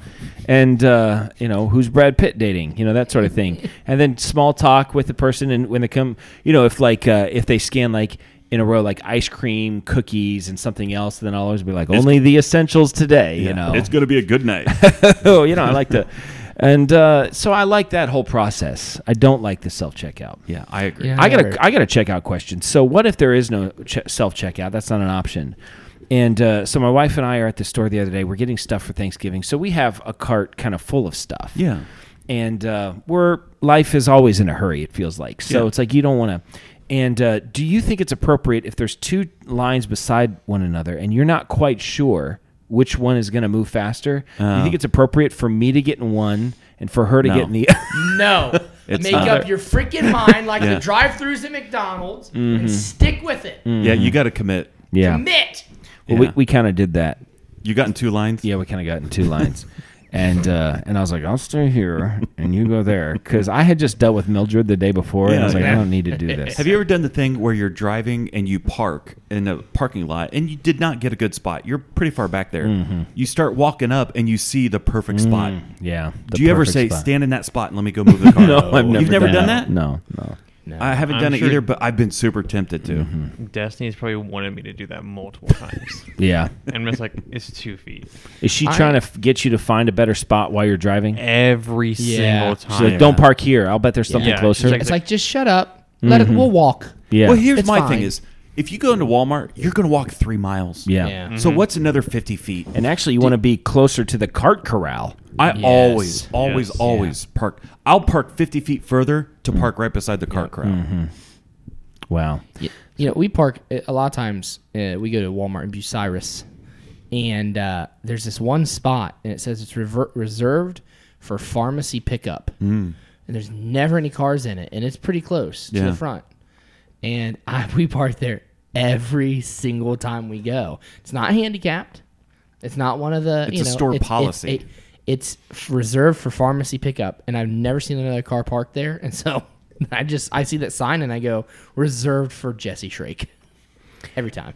Speaker 4: and uh, you know who's Brad Pitt dating, you know that sort of thing, and then small talk with the person, and when they come, you know, if like uh, if they scan like in a row like ice cream, cookies, and something else, then I'll always be like, only the essentials today, you know.
Speaker 5: It's gonna be a good night.
Speaker 4: oh, you know, I like to. And uh, so I like that whole process. I don't like the self checkout.
Speaker 5: yeah, I agree.
Speaker 6: Yeah,
Speaker 4: I got
Speaker 6: never-
Speaker 4: a I got a checkout question. So what if there is no che- self checkout? That's not an option. And uh, so my wife and I are at the store the other day. We're getting stuff for Thanksgiving, so we have a cart kind of full of stuff.
Speaker 5: Yeah.
Speaker 4: And uh, we're life is always in a hurry. It feels like so.
Speaker 5: Yeah.
Speaker 4: It's like you don't want to. And uh, do you think it's appropriate if there's two lines beside one another and you're not quite sure which one is going to move faster? do you think it's appropriate for me to get in one and for her to
Speaker 5: Uh. No.
Speaker 4: get in the?
Speaker 8: No.
Speaker 5: It's
Speaker 8: Make
Speaker 5: not.
Speaker 8: up your freaking mind like
Speaker 5: Yeah. Mm-hmm.
Speaker 8: the drive throughs at McDonald's and stick with it.
Speaker 5: Yeah, you got to commit.
Speaker 4: Mm-hmm. yeah.
Speaker 8: Commit.
Speaker 4: Well, we
Speaker 5: Yeah.
Speaker 4: we kind of did that.
Speaker 5: You got in two lines.
Speaker 4: yeah, we kind of got in two lines. And uh, and I was like, I'll stay here and you go there because I had just dealt with Mildred the day before, and I
Speaker 5: Yeah,
Speaker 4: was like, I
Speaker 5: yeah.
Speaker 4: don't need to do this.
Speaker 5: Have you ever done the thing where you're driving and you park in a parking lot and you did not get a good spot? You're pretty far back there.
Speaker 4: Mm-hmm.
Speaker 5: You start walking up and you see the perfect spot.
Speaker 4: Yeah. Mm. the
Speaker 5: Do you ever
Speaker 4: perfect
Speaker 5: say,
Speaker 4: spot.
Speaker 5: "Stand in that spot and let me go move the car"?
Speaker 4: No, I've never.
Speaker 5: You've never done, that.
Speaker 4: No, no.
Speaker 5: I haven't
Speaker 7: I'm
Speaker 5: done it
Speaker 7: sure- Mm-hmm.
Speaker 5: either, but I've been super tempted to.
Speaker 7: Destiny's probably wanted me to do that multiple times,
Speaker 4: Yeah.
Speaker 7: and I'm just like, it's two feet
Speaker 4: Is she trying to f- get you to find a better spot while you're driving?
Speaker 7: every single
Speaker 4: She's
Speaker 7: time.
Speaker 4: like, don't park here. I'll bet there's something
Speaker 7: Yeah,
Speaker 4: closer.
Speaker 7: she's
Speaker 6: it's like just shut up,
Speaker 5: Mm-hmm.
Speaker 6: let it we'll walk.
Speaker 4: yeah.
Speaker 5: Well, here's
Speaker 6: It's
Speaker 5: my
Speaker 6: fine.
Speaker 5: thing: is if you go into Walmart, you're going to walk three miles.
Speaker 4: yeah.
Speaker 6: Yeah.
Speaker 5: So what's another fifty feet?
Speaker 4: And actually, you want to be closer to the cart corral.
Speaker 5: I
Speaker 6: Yes.
Speaker 5: always, always,
Speaker 7: Yes.
Speaker 5: always park. I'll park fifty feet further to park right beside the car crowd.
Speaker 4: Wow.
Speaker 6: Y- you know, we park eh, a lot of times. Uh, we go to Walmart in Bucyrus, and uh, there's this one spot, and it says it's rever- reserved for pharmacy pickup. Mm. And there's never any cars in it, and it's pretty close to
Speaker 5: Yeah.
Speaker 6: the front. And I, we park there every single time we go. It's not handicapped. It's not one of the.
Speaker 5: It's
Speaker 6: you
Speaker 5: a
Speaker 6: know,
Speaker 5: store
Speaker 6: it's- it's
Speaker 5: policy.
Speaker 6: a- it's f- reserved for pharmacy pickup and i've never seen another car parked there and so i just i see that sign and i go reserved for jesse shrake every time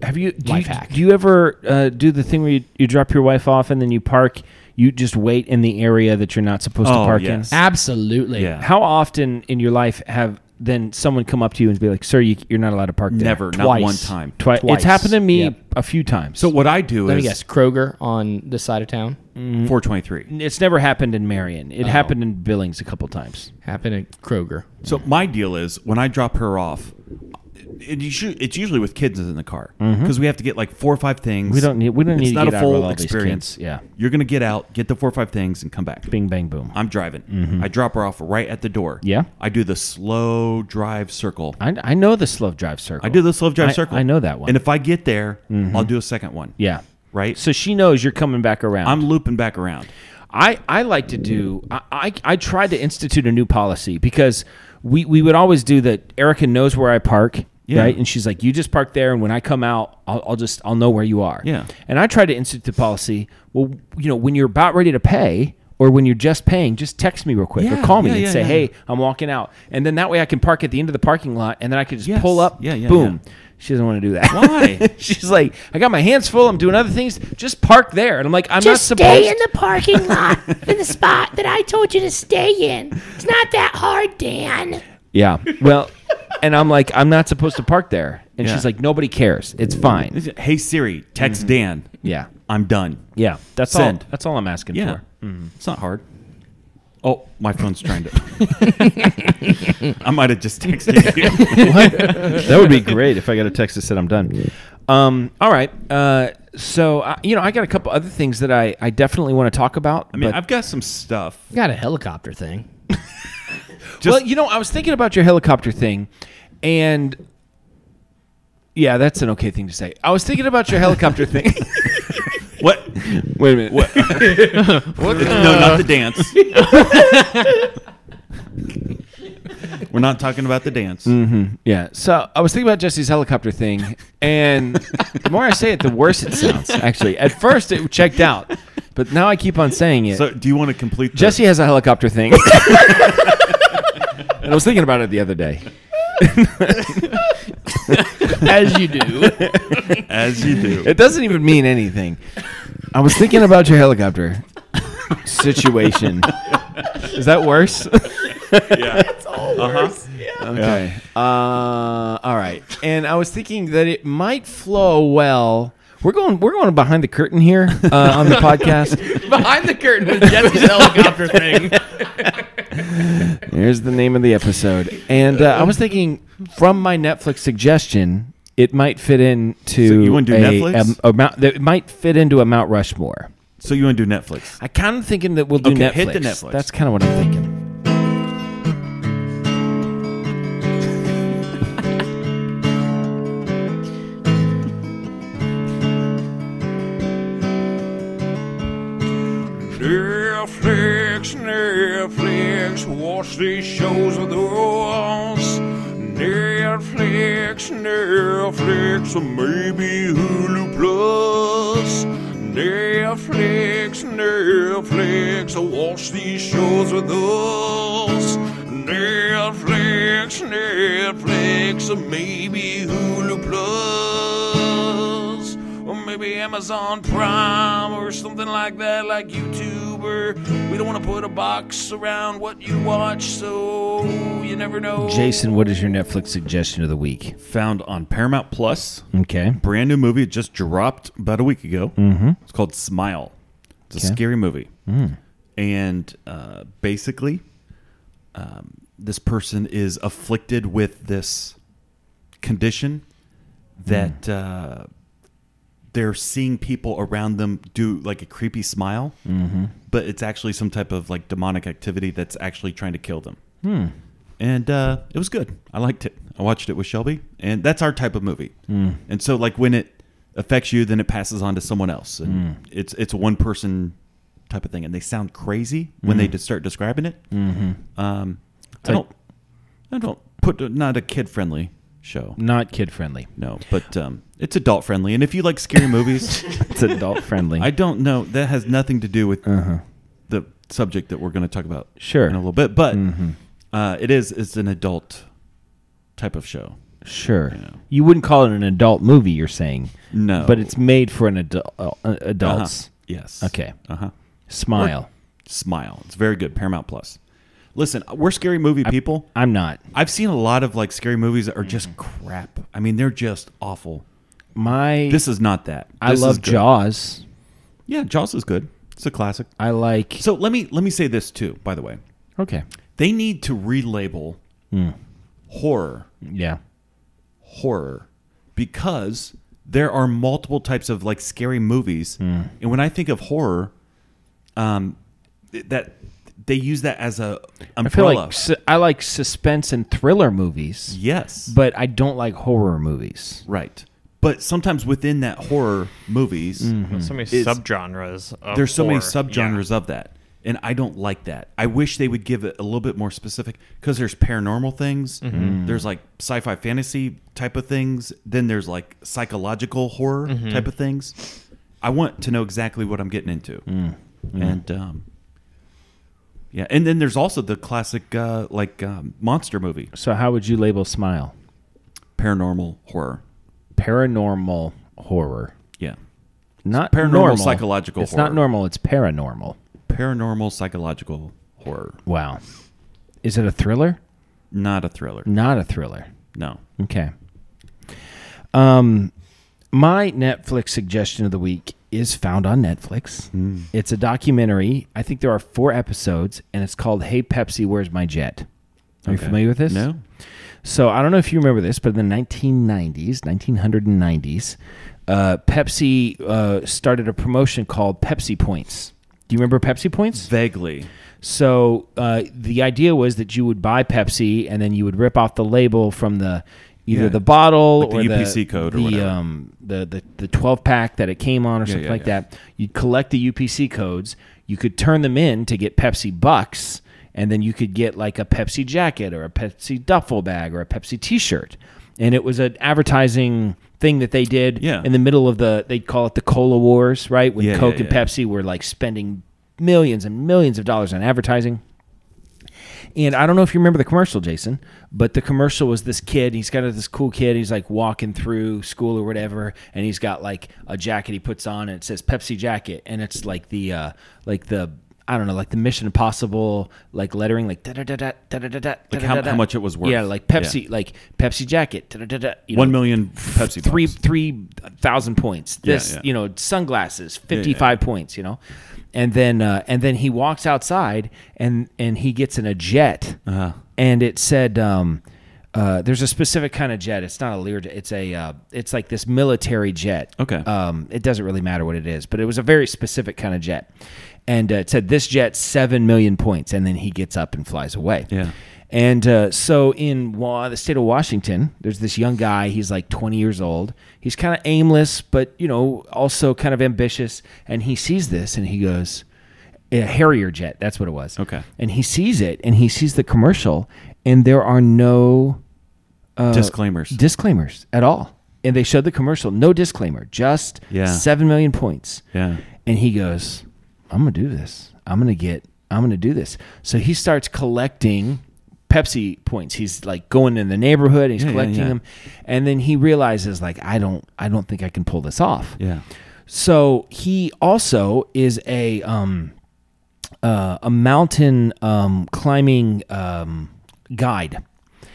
Speaker 4: Have you do,
Speaker 6: Life
Speaker 4: you,
Speaker 6: hack.
Speaker 4: do you ever uh, do the thing where you, you drop your wife off and then you park? You just wait in the area that you're not supposed to
Speaker 5: Oh,
Speaker 4: park
Speaker 5: yes.
Speaker 4: in.
Speaker 6: absolutely
Speaker 5: Yeah.
Speaker 4: How often in your life have then someone come up to you and be like, "Sir, you, you're not allowed to park there."
Speaker 5: Never, not
Speaker 6: Twice.
Speaker 5: one time.
Speaker 4: Twi-
Speaker 6: Twice.
Speaker 4: It's happened to me
Speaker 6: Yep.
Speaker 4: a few times.
Speaker 5: So what I do
Speaker 6: let me
Speaker 5: is
Speaker 6: guess kroger on this side of town
Speaker 5: four twenty three.
Speaker 4: it's never happened in Marion.
Speaker 5: Oh.
Speaker 4: It happened in Billings a couple times.
Speaker 6: happened at kroger
Speaker 5: So my deal is when I drop her off, it, you should- it's usually with kids in the car because we have to get like four or five things.
Speaker 4: Mm-hmm. We don't need- we don't
Speaker 5: it's
Speaker 4: need to
Speaker 5: not
Speaker 4: get
Speaker 5: a
Speaker 4: out with
Speaker 5: full
Speaker 4: all these
Speaker 5: experience.
Speaker 4: kids. Yeah.
Speaker 5: you're gonna get out, get the four or five things, and come back.
Speaker 4: Bing bang boom.
Speaker 5: I'm driving. I drop her off right at the door.
Speaker 4: Mm-hmm. Yeah.
Speaker 5: I do the slow drive circle.
Speaker 4: I, I know the slow drive circle.
Speaker 5: I do the slow drive
Speaker 4: I-
Speaker 5: circle.
Speaker 4: I know that one. Mm-hmm.
Speaker 5: And if I get there, I'll do a second one.
Speaker 4: yeah.
Speaker 5: Right.
Speaker 4: So she knows you're coming back around.
Speaker 5: I'm looping back around.
Speaker 4: I, I like to do I, I I tried to institute a new policy because we, we would always do that Erica knows where I park
Speaker 5: Yeah.
Speaker 4: right and she's like you just park there and when I come out I'll, I'll just I'll know where you are
Speaker 5: Yeah.
Speaker 4: and I tried to institute the policy well you know when you're about ready to pay or when you're just paying just text me real quick
Speaker 5: Yeah,
Speaker 4: or call me
Speaker 5: yeah,
Speaker 4: and
Speaker 5: yeah,
Speaker 4: say
Speaker 5: yeah.
Speaker 4: hey I'm walking out and then that way I can park at the end of the parking lot and then I could just
Speaker 5: Yes.
Speaker 4: pull up
Speaker 5: Yeah, yeah,
Speaker 4: boom
Speaker 5: yeah.
Speaker 4: she doesn't want to do that
Speaker 5: Why?
Speaker 4: she's like I got my hands full I'm doing other things just park there and I'm like I'm
Speaker 9: Just
Speaker 4: not supposed
Speaker 9: stay in the parking lot in the spot that I told you to stay in. It's not that hard, Dan.
Speaker 4: Yeah. Well, and I'm like, I'm not supposed to park there. And
Speaker 5: Yeah.
Speaker 4: she's like, nobody cares. It's fine.
Speaker 5: Hey Siri, text Dan.
Speaker 4: Mm-hmm. Yeah.
Speaker 5: I'm done.
Speaker 4: Yeah. That's
Speaker 5: Send.
Speaker 4: all. That's all I'm asking
Speaker 5: Yeah. Mm-hmm.
Speaker 4: for. Hmm. Mm-hmm.
Speaker 5: It's not hard. Oh, my phone's trying to. I might have just texted you.
Speaker 4: that would be great if I got a text that said I'm done. Um, all right. Uh, so, I, you know, I got a couple other things that I, I definitely want to talk about.
Speaker 5: I mean,
Speaker 4: but,
Speaker 5: I've got some stuff.
Speaker 6: Got a helicopter thing.
Speaker 5: just-
Speaker 4: well, you know, I was thinking about your helicopter thing, and yeah, that's an okay thing to say. I was thinking about your helicopter thing.
Speaker 5: What?
Speaker 4: Wait a minute.
Speaker 5: no, not the dance.
Speaker 4: Uh.
Speaker 5: We're not talking about the dance.
Speaker 4: Mm-hmm. Yeah. So I was thinking about Jesse's helicopter thing, and the more I say it, the worse it sounds. Actually, at first it checked out, but now I keep on saying it.
Speaker 5: So, do you want to complete the-
Speaker 4: Jesse has a helicopter thing, and I was thinking about it the other day.
Speaker 6: As you do.
Speaker 5: as you do?
Speaker 4: It doesn't even mean anything. I was thinking about your helicopter situation. uh, Is that worse?
Speaker 5: Uh-huh.
Speaker 4: Okay. Uh, all right. And I was thinking that it might flow well. We're going. We're going behind the curtain here uh, on the podcast.
Speaker 6: Behind the curtain with Jesse's helicopter thing.
Speaker 4: Here's the name of the episode. And uh, I was thinking from my Netflix suggestion, it might fit into
Speaker 5: So you wanna do
Speaker 4: a,
Speaker 5: Netflix?
Speaker 4: a- a Mount- that it might fit into a Mount Rushmore.
Speaker 5: So you want to do Netflix?
Speaker 4: I kind of thinking that we'll do
Speaker 5: Okay,
Speaker 4: Netflix.
Speaker 5: hit the Netflix.
Speaker 4: That's kind of what I'm thinking.
Speaker 1: Netflix, Netflix, watch these shows with us. Netflix, Netflix, or maybe Hulu Plus. Netflix, Netflix, watch these shows with us. Netflix, Netflix, or maybe Hulu Plus. Or maybe Amazon Prime or something like that, like YouTube. Or we don't want to put a box around what you watch, so you never know.
Speaker 4: Jason, what is your Netflix suggestion of the week?
Speaker 5: Found on Paramount Plus.
Speaker 4: Okay.
Speaker 5: brand new movie. It just dropped about a week ago. Mm-hmm. It's called Smile. It's a
Speaker 4: Okay.
Speaker 5: scary movie. And uh, basically, um, this person is afflicted with this condition that uh, they're seeing people around them do like a creepy smile, but it's actually some type of like demonic activity that's actually trying to kill them. And uh, it was good. I liked it. I watched it with Shelby, and that's our type of movie. And so, like when it affects you, then it passes on to someone else,
Speaker 4: Mm.
Speaker 5: and it's it's a one person type of thing. And they sound crazy when they just start describing it. Um, I
Speaker 4: Mm-hmm. like-
Speaker 5: don't, I don't put not a kid friendly show.
Speaker 4: Not kid friendly.
Speaker 5: No, but um, it's adult friendly. And if you like scary movies,
Speaker 4: It's adult friendly.
Speaker 5: I don't know. That has nothing to do with the subject that we're going to talk about
Speaker 4: Uh-huh. Sure. Mm-hmm.
Speaker 5: in a little bit. But uh, it is it's an adult type of show.
Speaker 4: Sure. You wouldn't call it an adult movie, you're saying.
Speaker 5: No.
Speaker 4: But it's made for an adult uh,
Speaker 5: Uh-huh.
Speaker 4: adults.
Speaker 5: Yes.
Speaker 4: Okay.
Speaker 5: Uh huh.
Speaker 4: Smile.
Speaker 5: Smile. It's very good. Paramount Plus. Listen, we're scary movie people.
Speaker 4: I'm not.
Speaker 5: I've seen a lot of like scary movies that are just
Speaker 4: Mm-hmm.
Speaker 5: crap. I mean, they're just awful.
Speaker 4: My
Speaker 5: This is not that.
Speaker 4: I
Speaker 5: This is
Speaker 4: love
Speaker 5: good.
Speaker 4: Jaws.
Speaker 5: Yeah, Jaws is good. It's a classic.
Speaker 4: I like
Speaker 5: So let me let me say this too. By the way,
Speaker 4: Okay.
Speaker 5: they need to relabel
Speaker 4: Hmm.
Speaker 5: horror
Speaker 4: Yeah.
Speaker 5: horror because there are multiple types of like scary movies
Speaker 4: Hmm.
Speaker 5: and when i think of horror um th- that they use that as a
Speaker 4: I feel
Speaker 5: umbrella
Speaker 4: like su- I like suspense and thriller movies,
Speaker 5: yes
Speaker 4: but I don't like horror movies.
Speaker 5: right but sometimes within that horror movies
Speaker 7: So many
Speaker 5: It's-
Speaker 7: subgenres. Of
Speaker 5: there's so many
Speaker 7: Mm-hmm. horror.
Speaker 5: subgenres of that and I don't like that. I wish they would give it a little bit more specific because there's paranormal things, there's like sci-fi fantasy type of things, then there's like psychological horror type of things. I want to know exactly what I'm getting into, and um, yeah, and then there's also the classic uh, like um, monster movie,
Speaker 4: So how would you label Smile?
Speaker 5: paranormal horror.
Speaker 4: Paranormal horror.
Speaker 5: Yeah,
Speaker 4: Not
Speaker 5: paranormal
Speaker 4: normal.
Speaker 5: psychological
Speaker 4: It's
Speaker 5: horror.
Speaker 4: not normal. It's paranormal.
Speaker 5: paranormal psychological horror,
Speaker 4: Wow. Is it a thriller?
Speaker 5: not a thriller.
Speaker 4: Not a thriller.
Speaker 5: No,
Speaker 4: Okay. Um, my Netflix suggestion of the week is found on Netflix.
Speaker 5: Hmm.
Speaker 4: It's a documentary. I think there are four episodes, and it's called "Hey Pepsi, Where's My Jet." Are you
Speaker 5: Okay.
Speaker 4: familiar with this?
Speaker 5: no.
Speaker 4: So I don't know if you remember this, but in the 1990s, 1990s, uh, Pepsi uh, started a promotion called Pepsi Points. Do you remember Pepsi Points?
Speaker 5: Vaguely,
Speaker 4: So uh, the idea was that you would buy Pepsi and then you would rip off the label from the either
Speaker 5: Yeah.
Speaker 4: the bottle
Speaker 5: Like the
Speaker 4: or
Speaker 5: UPC code or
Speaker 4: the,
Speaker 5: whatever.
Speaker 4: Um, the the the twelve pack that it came on or something
Speaker 5: yeah,
Speaker 4: like
Speaker 5: yeah.
Speaker 4: that. You'd collect the UPC codes. You could turn them in to get Pepsi bucks, and then you could get like a Pepsi jacket or a Pepsi duffel bag or a Pepsi T-shirt. And it was an advertising thing that they did
Speaker 5: Yeah.
Speaker 4: in the middle of the they'd call it the cola wars, right? When
Speaker 5: Yeah, yeah,
Speaker 4: Coke and
Speaker 5: yeah.
Speaker 4: Pepsi were like spending millions and millions of dollars on advertising. And I don't know if you remember the commercial, Jason, but the commercial was this kid. He's got this cool kid. He's like walking through school or whatever, and he's got like a jacket he puts on, and it says Pepsi jacket, and it's like the uh, like the I don't know, like the Mission Impossible like lettering, like da da da da da da da.
Speaker 5: Like how- how much it was worth.
Speaker 4: Yeah, like Pepsi, like Pepsi jacket. Da, da, da, da, you
Speaker 5: one
Speaker 4: know,
Speaker 5: million Pepsi.
Speaker 4: three
Speaker 5: bucks.
Speaker 4: three thousand points. This
Speaker 5: yeah.
Speaker 4: you know sunglasses fifty five points. You know, and then uh, and then he walks outside and and he gets in a jet
Speaker 5: Uh-huh.
Speaker 4: and it said. Um, uh, there's a specific kind of jet. It's not a Lear. jet. It's a. Uh, it's like this military jet.
Speaker 5: Okay.
Speaker 4: Um, it doesn't really matter what it is, but it was a very specific kind of jet, and uh, it said this jet seven million points, and then he gets up and flies away.
Speaker 5: Yeah.
Speaker 4: And uh, so in Wa- the state of Washington, there's this young guy. He's like 20 years old. He's kind of aimless, but you know, also kind of ambitious. And he sees this, and he goes, "A Harrier jet. That's what it was."
Speaker 5: Okay.
Speaker 4: And he sees it, and he sees the commercial, and there are no
Speaker 5: uh, disclaimers.
Speaker 4: disclaimers at all. And they showed the commercial, no disclaimer, just
Speaker 5: Yeah.
Speaker 4: seven million points.
Speaker 5: Yeah.
Speaker 4: And he goes, I'm gonna do this. I'm gonna get I'm gonna do this. So he starts collecting Pepsi points. He's like going in the neighborhood, he's
Speaker 5: Yeah, yeah,
Speaker 4: collecting
Speaker 5: yeah.
Speaker 4: them. And then he realizes like I don't I don't think I can pull this off.
Speaker 5: yeah.
Speaker 4: So he also is a um, uh, a mountain um, climbing um, guide.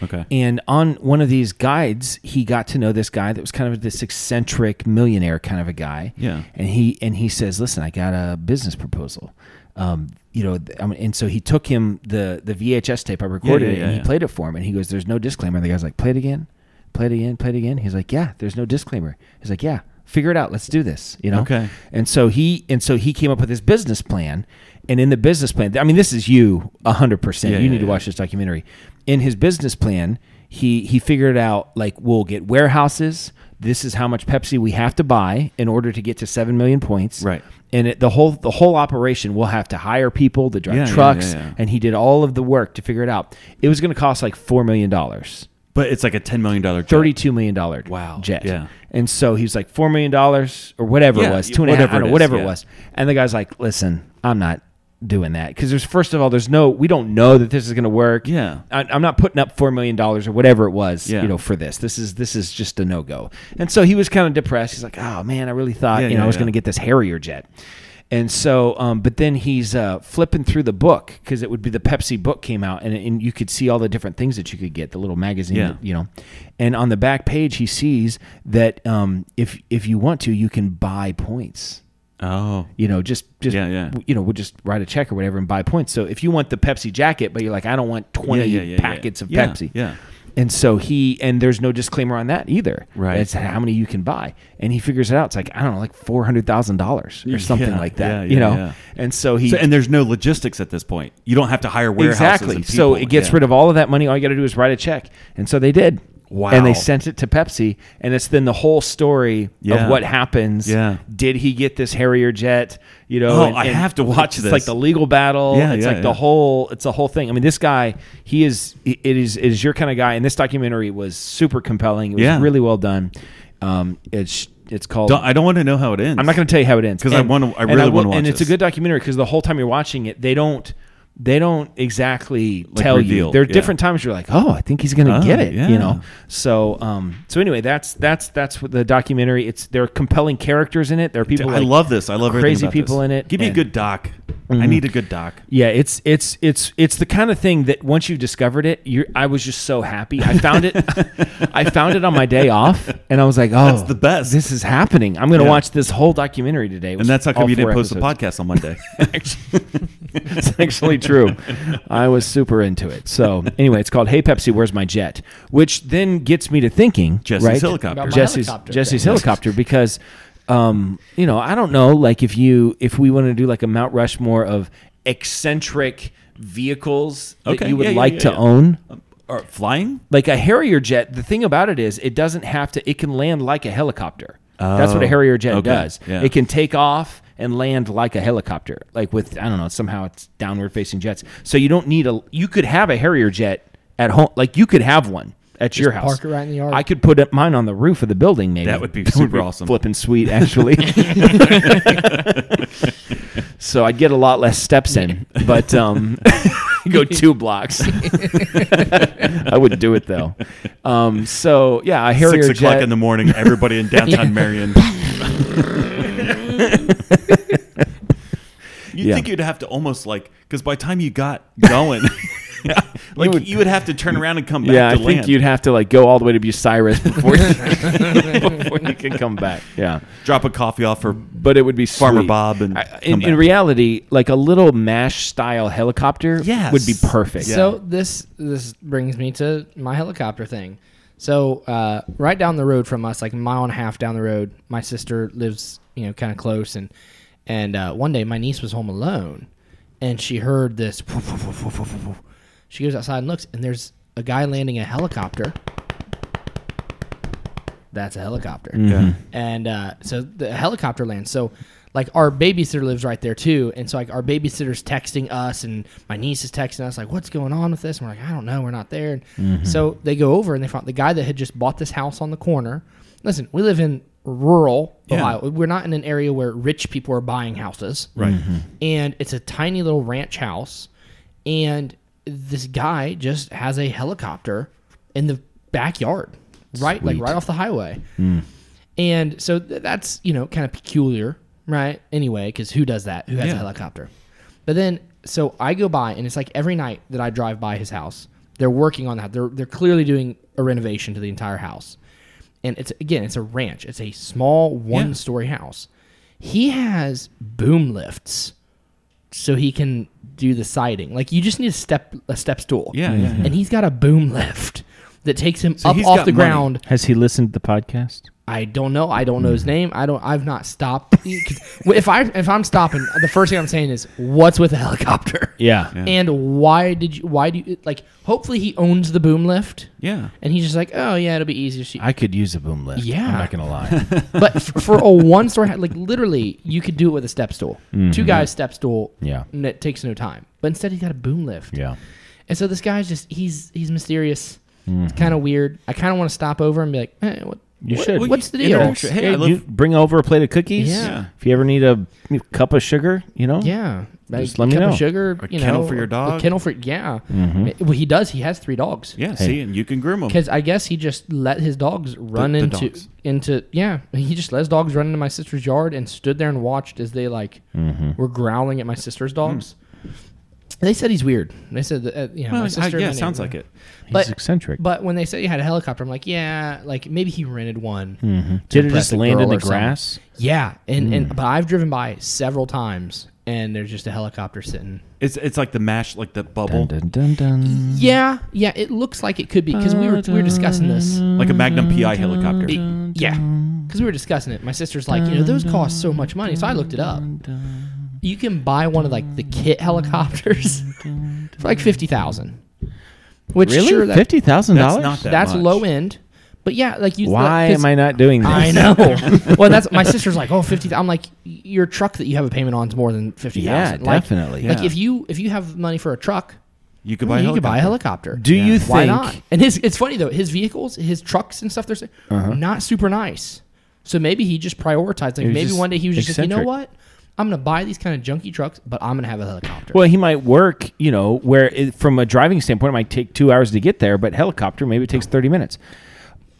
Speaker 5: Okay.
Speaker 4: And on one of these guides, he got to know this guy that was kind of this eccentric millionaire kind of a guy.
Speaker 5: Yeah.
Speaker 4: And he and he says, "Listen, I got a business proposal." Um, you know, th- I mean, and so he took him the the VHS tape I recorded
Speaker 5: yeah,
Speaker 4: it,
Speaker 5: yeah,
Speaker 4: and he
Speaker 5: yeah.
Speaker 4: played it for him, and he goes, "There's no disclaimer." The guy's like, "Play it again, play it again, play it again." He's like, "Yeah, there's no disclaimer." He's like, "Yeah, figure it out. Let's do this." You know.
Speaker 5: Okay.
Speaker 4: And so he and so he came up with his business plan. And in the business plan, I mean, this is you hundred percent.
Speaker 5: Yeah,
Speaker 4: You
Speaker 5: yeah,
Speaker 4: need to
Speaker 5: yeah.
Speaker 4: watch this documentary. In his business plan, he he figured out like we'll get warehouses. This is how much Pepsi we have to buy in order to get to seven million points.
Speaker 5: Right.
Speaker 4: And it, the whole the whole operation, we'll have to hire people to drive
Speaker 5: Yeah, yeah,
Speaker 4: trucks,
Speaker 5: yeah, yeah.
Speaker 4: and he did all of the work to figure it out. It was going to cost like four million dollars.
Speaker 5: But it's like a ten million dollar
Speaker 4: $32 million dollar
Speaker 5: Wow.
Speaker 4: jet.
Speaker 5: Yeah.
Speaker 4: And so he was like $4 million dollars or whatever it
Speaker 5: Yeah,
Speaker 4: was, two and a half, whatever,
Speaker 5: whatever it is,
Speaker 4: whatever
Speaker 5: yeah.
Speaker 4: it was. And the guy's like, listen, I'm not doing that. Because there's, first of all, there's no, we don't know that this is going to work.
Speaker 5: Yeah.
Speaker 4: I, I'm not putting up $4 million dollars or whatever it was,
Speaker 5: Yeah.
Speaker 4: you know, for this. This is, this is just a no go. And so he was kind of depressed. He's like, oh man, I really thought,
Speaker 5: Yeah,
Speaker 4: you know,
Speaker 5: yeah,
Speaker 4: I was
Speaker 5: yeah.
Speaker 4: going to get this Harrier jet. And so, um, but then he's uh, flipping through the book because it would be the Pepsi book came out, and, and you could see all the different things that you could get, the little magazine,
Speaker 5: Yeah.
Speaker 4: that, you know. And on the back page, he sees that um, if if you want to, you can buy points.
Speaker 5: Oh.
Speaker 4: You know, just just
Speaker 5: Yeah, yeah.
Speaker 4: you know, we'll just write a check or whatever and buy points. So if you want the Pepsi jacket, but you're like, I don't want twenty
Speaker 5: Yeah, yeah, yeah, yeah.
Speaker 4: packets of
Speaker 5: Yeah,
Speaker 4: Pepsi,
Speaker 5: yeah.
Speaker 4: And so he and there's no disclaimer on that either.
Speaker 5: Right.
Speaker 4: It's how many you can buy, and he figures it out. It's like I don't know, like four hundred thousand dollars or something
Speaker 5: Yeah,
Speaker 4: like that.
Speaker 5: yeah,
Speaker 4: you
Speaker 5: yeah,
Speaker 4: know,
Speaker 5: yeah.
Speaker 4: and so he
Speaker 5: So, and there's no logistics at this point. You don't have to hire warehouses.
Speaker 4: exactly.
Speaker 5: and
Speaker 4: So
Speaker 5: people.
Speaker 4: it gets
Speaker 5: Yeah.
Speaker 4: rid of all of that money. All you got to do is write a check, and so they did.
Speaker 5: Wow.
Speaker 4: And they sent it to Pepsi, and it's then the whole story
Speaker 5: Yeah.
Speaker 4: of what happens.
Speaker 5: Yeah.
Speaker 4: Did he get this Harrier jet? You know,
Speaker 5: Oh, I have to watch
Speaker 4: it's
Speaker 5: this.
Speaker 4: like the legal battle.
Speaker 5: Yeah,
Speaker 4: it's
Speaker 5: yeah,
Speaker 4: like
Speaker 5: yeah.
Speaker 4: the whole. It's a whole thing. I mean, this guy, he is. It is. It is your kind of guy. And this documentary was super compelling. It was
Speaker 5: Yeah.
Speaker 4: really well done. Um, it's it's called.
Speaker 5: Don't- I don't want to know how it ends.
Speaker 4: I'm not going to tell you how it ends
Speaker 5: 'Cause I
Speaker 4: And-
Speaker 5: wanna- I
Speaker 4: and
Speaker 5: really
Speaker 4: will-
Speaker 5: wanna watch
Speaker 4: And it's
Speaker 5: this.
Speaker 4: a good documentary because the whole time you're watching it, they don't they don't exactly tell
Speaker 5: reveal,
Speaker 4: you. There are
Speaker 5: yeah.
Speaker 4: different times you're like, oh, I think he's going to
Speaker 5: Oh,
Speaker 4: get it.
Speaker 5: yeah.
Speaker 4: You know. So um so anyway, that's that's that's what the documentary. It's there are compelling characters in it. There are people.
Speaker 5: I
Speaker 4: like-
Speaker 5: love this. I love everything
Speaker 4: crazy
Speaker 5: about this.
Speaker 4: people in it.
Speaker 5: Give me a
Speaker 4: and-
Speaker 5: good doc. I need a good doc.
Speaker 4: yeah, it's it's it's it's the kind of thing that once you've discovered it, you I was just so happy. I found it I found it on my day off and I was like, "Oh,
Speaker 5: That's the best.
Speaker 4: This is happening. I'm going to
Speaker 5: Yeah.
Speaker 4: watch this whole documentary today."
Speaker 5: And that's how come you didn't post
Speaker 4: the
Speaker 5: the podcast on Monday.
Speaker 4: it's actually true. I was super into it. So anyway, it's called "Hey Pepsi, Where's My Jet?" which then gets me to thinking,
Speaker 5: Jesse's
Speaker 4: right?
Speaker 5: helicopter.
Speaker 6: About my
Speaker 4: Jesse's
Speaker 6: helicopter.
Speaker 4: Jesse's helicopter because. Um, you know, I don't know. Like, if you if we want to do like a Mount Rushmore of eccentric vehicles that
Speaker 5: Okay.
Speaker 4: you would
Speaker 5: Yeah, yeah,
Speaker 4: like
Speaker 5: yeah,
Speaker 4: to
Speaker 5: yeah.
Speaker 4: own,
Speaker 5: or flying?
Speaker 4: like a Harrier jet. The thing about it is, it doesn't have to. It can land like a helicopter. That's what a
Speaker 5: Oh,
Speaker 4: Harrier jet
Speaker 5: okay,
Speaker 4: does.
Speaker 5: yeah.
Speaker 4: It can take off and land like a helicopter, like with I don't know. Somehow it's downward facing jets, so you don't need a. You could have a Harrier jet at home. Like you could have one at your house.
Speaker 6: park it right in the yard.
Speaker 4: I could put up mine on the roof of the building. Maybe
Speaker 5: That would be super awesome.
Speaker 4: Flipping sweet, actually. so I'd get a lot less steps in, but um, go two blocks. I wouldn't do it though. Um, so yeah, a Harrier
Speaker 5: Six o'clock
Speaker 4: jet.
Speaker 5: in the morning, everybody in downtown Marion. You'd
Speaker 4: Yeah.
Speaker 5: think you'd have to almost like because by the time you got going, like you would, have to turn around and come back.
Speaker 4: yeah, I
Speaker 5: to
Speaker 4: think
Speaker 5: land.
Speaker 4: you'd have to like go all the way to Bucyrus before, before you can come back. Yeah,
Speaker 5: drop a coffee off for
Speaker 4: but it would be
Speaker 5: Farmer
Speaker 4: sweet.
Speaker 5: Bob and
Speaker 4: I,
Speaker 5: come
Speaker 4: in, in
Speaker 5: back.
Speaker 4: reality, like a little mash style helicopter
Speaker 5: Yes.
Speaker 4: would be perfect.
Speaker 6: So this this brings me to my helicopter thing. So uh, right down the road from us, like a mile and a half down the road, my sister lives, you know, kind of close, and and uh, one day my niece was home alone, and she heard this. woof, woof, woof, woof, woof, woof. She goes outside and looks, and there's a guy landing a helicopter. That's a helicopter. And uh, so the helicopter lands. So like our babysitter lives right there too. And so like our babysitter's texting us and my niece is texting us like, what's going on with this? And we're like, I don't know. We're not there. And so they go over and they found the guy that had just bought this house on the corner. Listen, we live in rural Ohio. uh, We're not in an area where rich people are buying houses. Right. And it's a tiny little ranch house. And this guy just has a helicopter in the backyard, right? Like right off the highway. And so th- that's, you know, kind of peculiar, right? Anyway, because who does that? Who has a helicopter? But then, so I go by, and it's like every night that I drive by his house, they're working on that. They're, they're clearly doing a renovation to the entire house. And it's, again, it's a ranch, it's a small one story house. He has boom lifts so he can do the siding. Like you just need a step a step stool.
Speaker 5: Yeah, yeah, yeah.
Speaker 6: And he's got a boom lift that takes him up
Speaker 5: he's
Speaker 6: off
Speaker 5: got
Speaker 6: the
Speaker 5: money.
Speaker 6: ground
Speaker 4: Has he listened to the podcast?
Speaker 6: I don't know. I don't know
Speaker 4: Mm-hmm.
Speaker 6: his name. I don't. I've not stopped. 'Cause if I if I'm stopping, the first thing I'm saying is, what's with the helicopter?
Speaker 4: Yeah.
Speaker 6: And why did you? Why do you like? Hopefully he owns the boom lift.
Speaker 5: yeah.
Speaker 6: And he's just like, oh yeah, it'll be easier. She,
Speaker 4: I could use a boom lift.
Speaker 6: Yeah.
Speaker 4: I'm not gonna lie.
Speaker 6: but f- for a one story, like literally, you could do it with a step stool. Two guys step stool.
Speaker 4: Mm-hmm. Yeah.
Speaker 6: And it takes no time. But instead, he's got a boom lift.
Speaker 4: yeah.
Speaker 6: And so this guy's just he's he's mysterious.
Speaker 4: Mm-hmm.
Speaker 6: It's kind of weird. I kind of want to stop over and be like, eh, what?
Speaker 4: You
Speaker 6: what-
Speaker 4: should.
Speaker 6: What's the deal?
Speaker 5: Interaction. Hey, I
Speaker 4: You
Speaker 5: live.
Speaker 4: bring over a plate of cookies.
Speaker 6: Yeah.
Speaker 4: If you ever need a cup of sugar, you know.
Speaker 6: Yeah, like
Speaker 4: Just let me
Speaker 6: cup of
Speaker 4: know.
Speaker 6: sugar,
Speaker 5: A
Speaker 6: you
Speaker 5: kennel
Speaker 6: know,
Speaker 5: for your
Speaker 6: a
Speaker 5: dog. Mm-hmm.
Speaker 6: kennel for yeah. Eh, Well, he does. He has three dogs.
Speaker 5: Yeah, see, and you can groom them.
Speaker 6: because I guess he just let his dogs run
Speaker 5: the
Speaker 6: into
Speaker 5: dogs.
Speaker 6: into yeah. He just let his dogs run into my sister's yard and stood there and watched as they like
Speaker 5: Mm-hmm.
Speaker 6: were growling at my
Speaker 5: Hmm.
Speaker 6: sister's dogs. They said he's weird. They said that, uh, you know,
Speaker 5: Well,
Speaker 6: my
Speaker 5: I-
Speaker 6: sister.
Speaker 5: yeah, sounds like it.
Speaker 4: He's eccentric.
Speaker 6: But when they said he had a helicopter, I'm like, yeah, like maybe he rented one.
Speaker 5: Hmm.
Speaker 6: to
Speaker 4: Did it
Speaker 6: impress
Speaker 4: just
Speaker 6: a
Speaker 4: land in
Speaker 6: girl
Speaker 4: the
Speaker 6: or something.
Speaker 4: grass?
Speaker 6: Yeah, and, and but I've driven by several times, and there's just a helicopter sitting.
Speaker 5: It's it's like the mash, like the bubble,
Speaker 4: Dun, dun, dun, dun.
Speaker 6: Yeah, yeah, it looks like it could be because we were we were discussing this.
Speaker 5: like a Magnum PI helicopter.
Speaker 6: Yeah, because we were discussing it. My sister's like, you know, those cost so much money, so I looked it up. You can buy one of like the kit helicopters for like fifty thousand. Which
Speaker 4: Really?
Speaker 6: sure that-
Speaker 4: Fifty thousand
Speaker 5: That's
Speaker 4: dollars?
Speaker 5: not that
Speaker 6: that's
Speaker 5: much.
Speaker 6: low end. But yeah, like you.
Speaker 4: Why
Speaker 6: like, 'cause-
Speaker 4: am I not doing this?
Speaker 6: I know. well, that's my sister's like, oh, 50. I'm like, your truck that you have a payment on is more than fifty thousand.
Speaker 4: Yeah,
Speaker 6: like,
Speaker 4: definitely.
Speaker 6: Like
Speaker 5: Yeah.
Speaker 6: if you if you have money for a truck,
Speaker 5: You could buy.
Speaker 6: you
Speaker 5: a
Speaker 6: could buy a
Speaker 5: helicopter.
Speaker 6: helicopter.
Speaker 4: Do you think?
Speaker 6: Why not? And his it's funny though. His vehicles, his trucks and stuff, they're s- not super nice. So maybe he just prioritized. Like
Speaker 4: Uh-huh. was
Speaker 6: maybe
Speaker 4: just
Speaker 6: one day he was just like, you
Speaker 4: eccentric.
Speaker 6: know what? I'm gonna buy these kind of junky trucks, but I'm gonna have a helicopter.
Speaker 4: Well, he might work, you know, where it, from a driving standpoint, it might take two hours to get there, but helicopter, maybe it takes 30 minutes.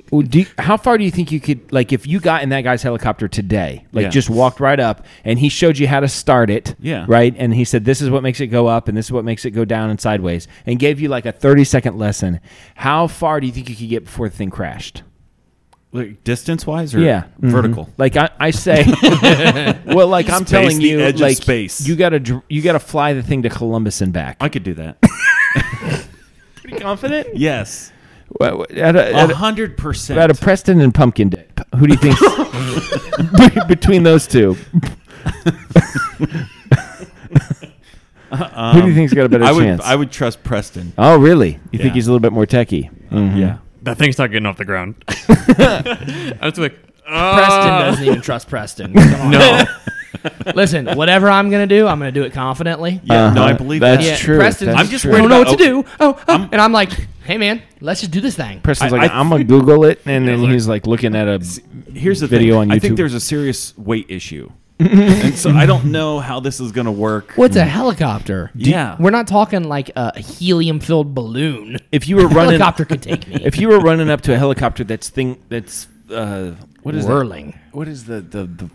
Speaker 4: Well, Do you- how far do you think you could, like, if you got in that guy's helicopter today, like,
Speaker 5: Yeah.
Speaker 4: just walked right up and he showed you how to start it,
Speaker 5: Yeah.
Speaker 4: right? And he said, this is what makes it go up and this is what makes it go down and sideways, and gave you like a 30 second lesson. How far do you think you could get before the thing crashed?
Speaker 5: like distance wise or
Speaker 4: yeah mhm.
Speaker 5: vertical.
Speaker 4: like i, I say well like i'm
Speaker 5: Space,
Speaker 4: telling
Speaker 5: the
Speaker 4: you
Speaker 5: edge of
Speaker 4: like
Speaker 5: space.
Speaker 4: you gotta dr- you gotta fly the thing to columbus and back
Speaker 5: I could do that.
Speaker 4: pretty confident
Speaker 5: yes,
Speaker 4: Well, at a, at
Speaker 5: a
Speaker 4: a,
Speaker 5: hundred
Speaker 4: at a
Speaker 5: percent.
Speaker 4: preston and pumpkin dip who do you think between those two who do you think's got a better
Speaker 5: Uh-uh. I would.
Speaker 4: chance
Speaker 5: I would trust Preston.
Speaker 4: oh really you
Speaker 5: Yeah.
Speaker 4: think he's a little bit more techie Mm-hmm.
Speaker 5: Yeah.
Speaker 7: That thing's not getting off the ground. I was like,
Speaker 6: Preston
Speaker 7: uh,
Speaker 6: doesn't even trust Preston. Come on.
Speaker 7: no.
Speaker 6: Listen, whatever I'm gonna do, I'm gonna do it confidently.
Speaker 5: Yeah. No, I believe
Speaker 4: that's
Speaker 5: that.
Speaker 4: true
Speaker 6: Preston-
Speaker 4: that's
Speaker 5: I'm just
Speaker 4: true.
Speaker 6: I
Speaker 5: worried
Speaker 6: don't know what
Speaker 5: about-
Speaker 6: to do. Oh, oh.
Speaker 5: I'm-
Speaker 6: and I'm like, hey man, let's just do this thing.
Speaker 4: Preston's
Speaker 5: I-
Speaker 4: like,
Speaker 5: I
Speaker 4: I'm gonna Google it, and then he's like looking at a
Speaker 5: Here's the
Speaker 4: video
Speaker 5: thing.
Speaker 4: on
Speaker 5: I think
Speaker 4: YouTube.
Speaker 5: there's a serious weight issue, and so I don't know how this is going to work.
Speaker 6: What's a helicopter?
Speaker 5: Yeah.
Speaker 6: We're not talking like a helium-filled balloon.
Speaker 4: if you were running
Speaker 6: helicopter could take me.
Speaker 4: if you were running up to a helicopter that's thing that's uh what is that?
Speaker 6: whirling.
Speaker 4: what is the the, the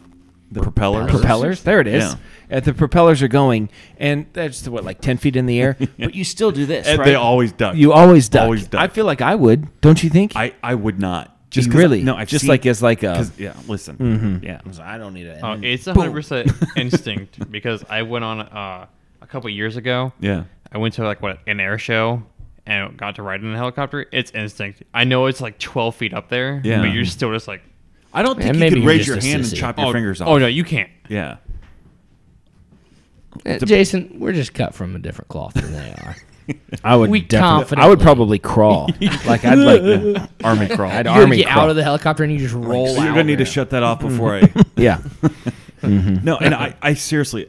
Speaker 5: the propeller?
Speaker 4: propellers there it is
Speaker 5: Yeah.
Speaker 4: and the propellers are going and that's what like 10 feet in the air but you still do this
Speaker 5: And
Speaker 4: right?
Speaker 5: they always duck.
Speaker 4: you always duck.
Speaker 5: Always duck.
Speaker 4: i feel like i would don't you think
Speaker 5: I, I would not. Just
Speaker 4: You
Speaker 5: 'cause-
Speaker 4: really?
Speaker 5: No, I've
Speaker 4: Just
Speaker 5: seen-
Speaker 4: like Mm-hmm. as like a-
Speaker 5: 'cause- yeah. Listen. Yeah.
Speaker 4: i don't need it
Speaker 7: Oh, it's 100% instinct because I went on uh, a couple years ago.
Speaker 5: Yeah.
Speaker 7: I went to like what an air show and got to ride in a helicopter. It's instinct. I know it's like 12 feet up there,
Speaker 5: Yeah.
Speaker 7: but you're still just like,
Speaker 5: I don't think
Speaker 6: Man,
Speaker 5: you
Speaker 6: maybe
Speaker 5: could
Speaker 6: you're
Speaker 5: raise
Speaker 6: just
Speaker 5: your
Speaker 6: a
Speaker 5: hand and
Speaker 6: sissy.
Speaker 5: chop your
Speaker 7: oh,
Speaker 5: fingers off.
Speaker 7: Oh no, you can't.
Speaker 5: Yeah.
Speaker 6: Eh, Jason, we're just cut from a different cloth than they are.
Speaker 4: i would
Speaker 6: we
Speaker 4: definitely i would probably
Speaker 6: confidently-
Speaker 4: crawl like i'd like
Speaker 5: Army crawl.
Speaker 4: i'd
Speaker 6: You
Speaker 4: army
Speaker 6: get
Speaker 4: crawl
Speaker 6: out of the helicopter and you just roll
Speaker 5: So you're
Speaker 6: out.
Speaker 5: gonna need to shut that off before I.
Speaker 4: yeah
Speaker 5: No, and I, I seriously,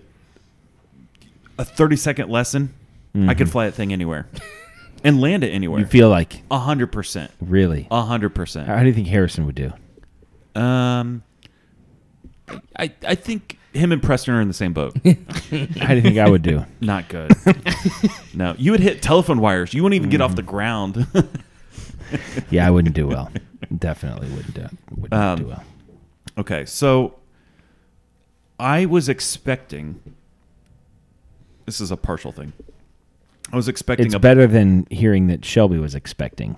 Speaker 5: a 30 second lesson, I could fly that thing anywhere and land it anywhere.
Speaker 4: Mm-hmm. you feel like
Speaker 5: a hundred percent,
Speaker 4: really
Speaker 5: a hundred percent.
Speaker 4: how do you think harrison would do
Speaker 5: Um, I I think him and Preston are in the same boat.
Speaker 4: how do you think i would do
Speaker 5: Not good. no, you would hit telephone wires. You wouldn't even get
Speaker 4: Mm-hmm.
Speaker 5: off the ground.
Speaker 4: yeah i wouldn't do well definitely wouldn't do, wouldn't
Speaker 5: Um,
Speaker 4: do well
Speaker 5: Okay, so I was expecting. This is a partial thing. I was expecting
Speaker 4: It's
Speaker 5: a
Speaker 4: better than hearing that Shelby was expecting.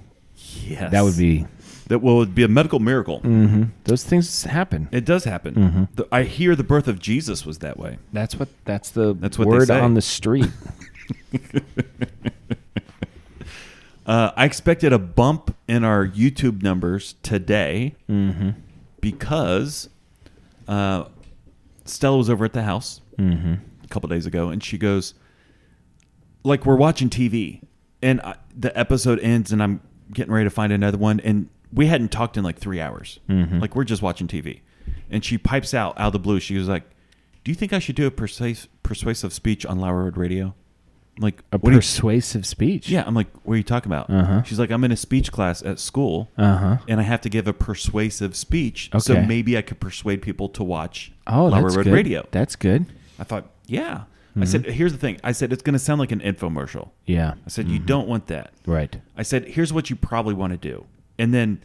Speaker 5: Yes.
Speaker 4: That would be
Speaker 5: that will be a medical miracle.
Speaker 4: those things happen.
Speaker 5: It does happen. The- I hear the birth of Jesus was that way.
Speaker 4: That's what that's the
Speaker 5: That's what they
Speaker 4: word
Speaker 5: say.
Speaker 4: on the street.
Speaker 5: Uh, I expected a bump in our YouTube numbers today because uh, Stella was over at the house a couple days ago, and she goes, "Like we're watching TV, and I, the episode ends, and I'm getting ready to find another one, and we hadn't talked in like three hours. Like we're just watching TV." And she pipes out out of the blue. She was like, "Do you think I should do a persuasive, persuasive speech on Lower Road Radio?" I'm like
Speaker 4: A
Speaker 5: "What do you-
Speaker 4: persuasive speech.
Speaker 5: yeah, I'm like, what are you talking about? She's like, I'm in a speech class at school,
Speaker 4: Uh-huh.
Speaker 5: and I have to give a persuasive speech. So
Speaker 4: Okay.
Speaker 5: maybe I could persuade people to watch
Speaker 4: Oh,
Speaker 5: Lower
Speaker 4: that's
Speaker 5: Road
Speaker 4: good. Mm-hmm.
Speaker 5: Radio.
Speaker 4: That's good.
Speaker 5: I thought, yeah. I said, here's the thing. I said it's going to sound like an infomercial.
Speaker 4: Yeah.
Speaker 5: I said, you don't want that.
Speaker 4: Mm-hmm. Right.
Speaker 5: I said, here's what you probably want to do, and then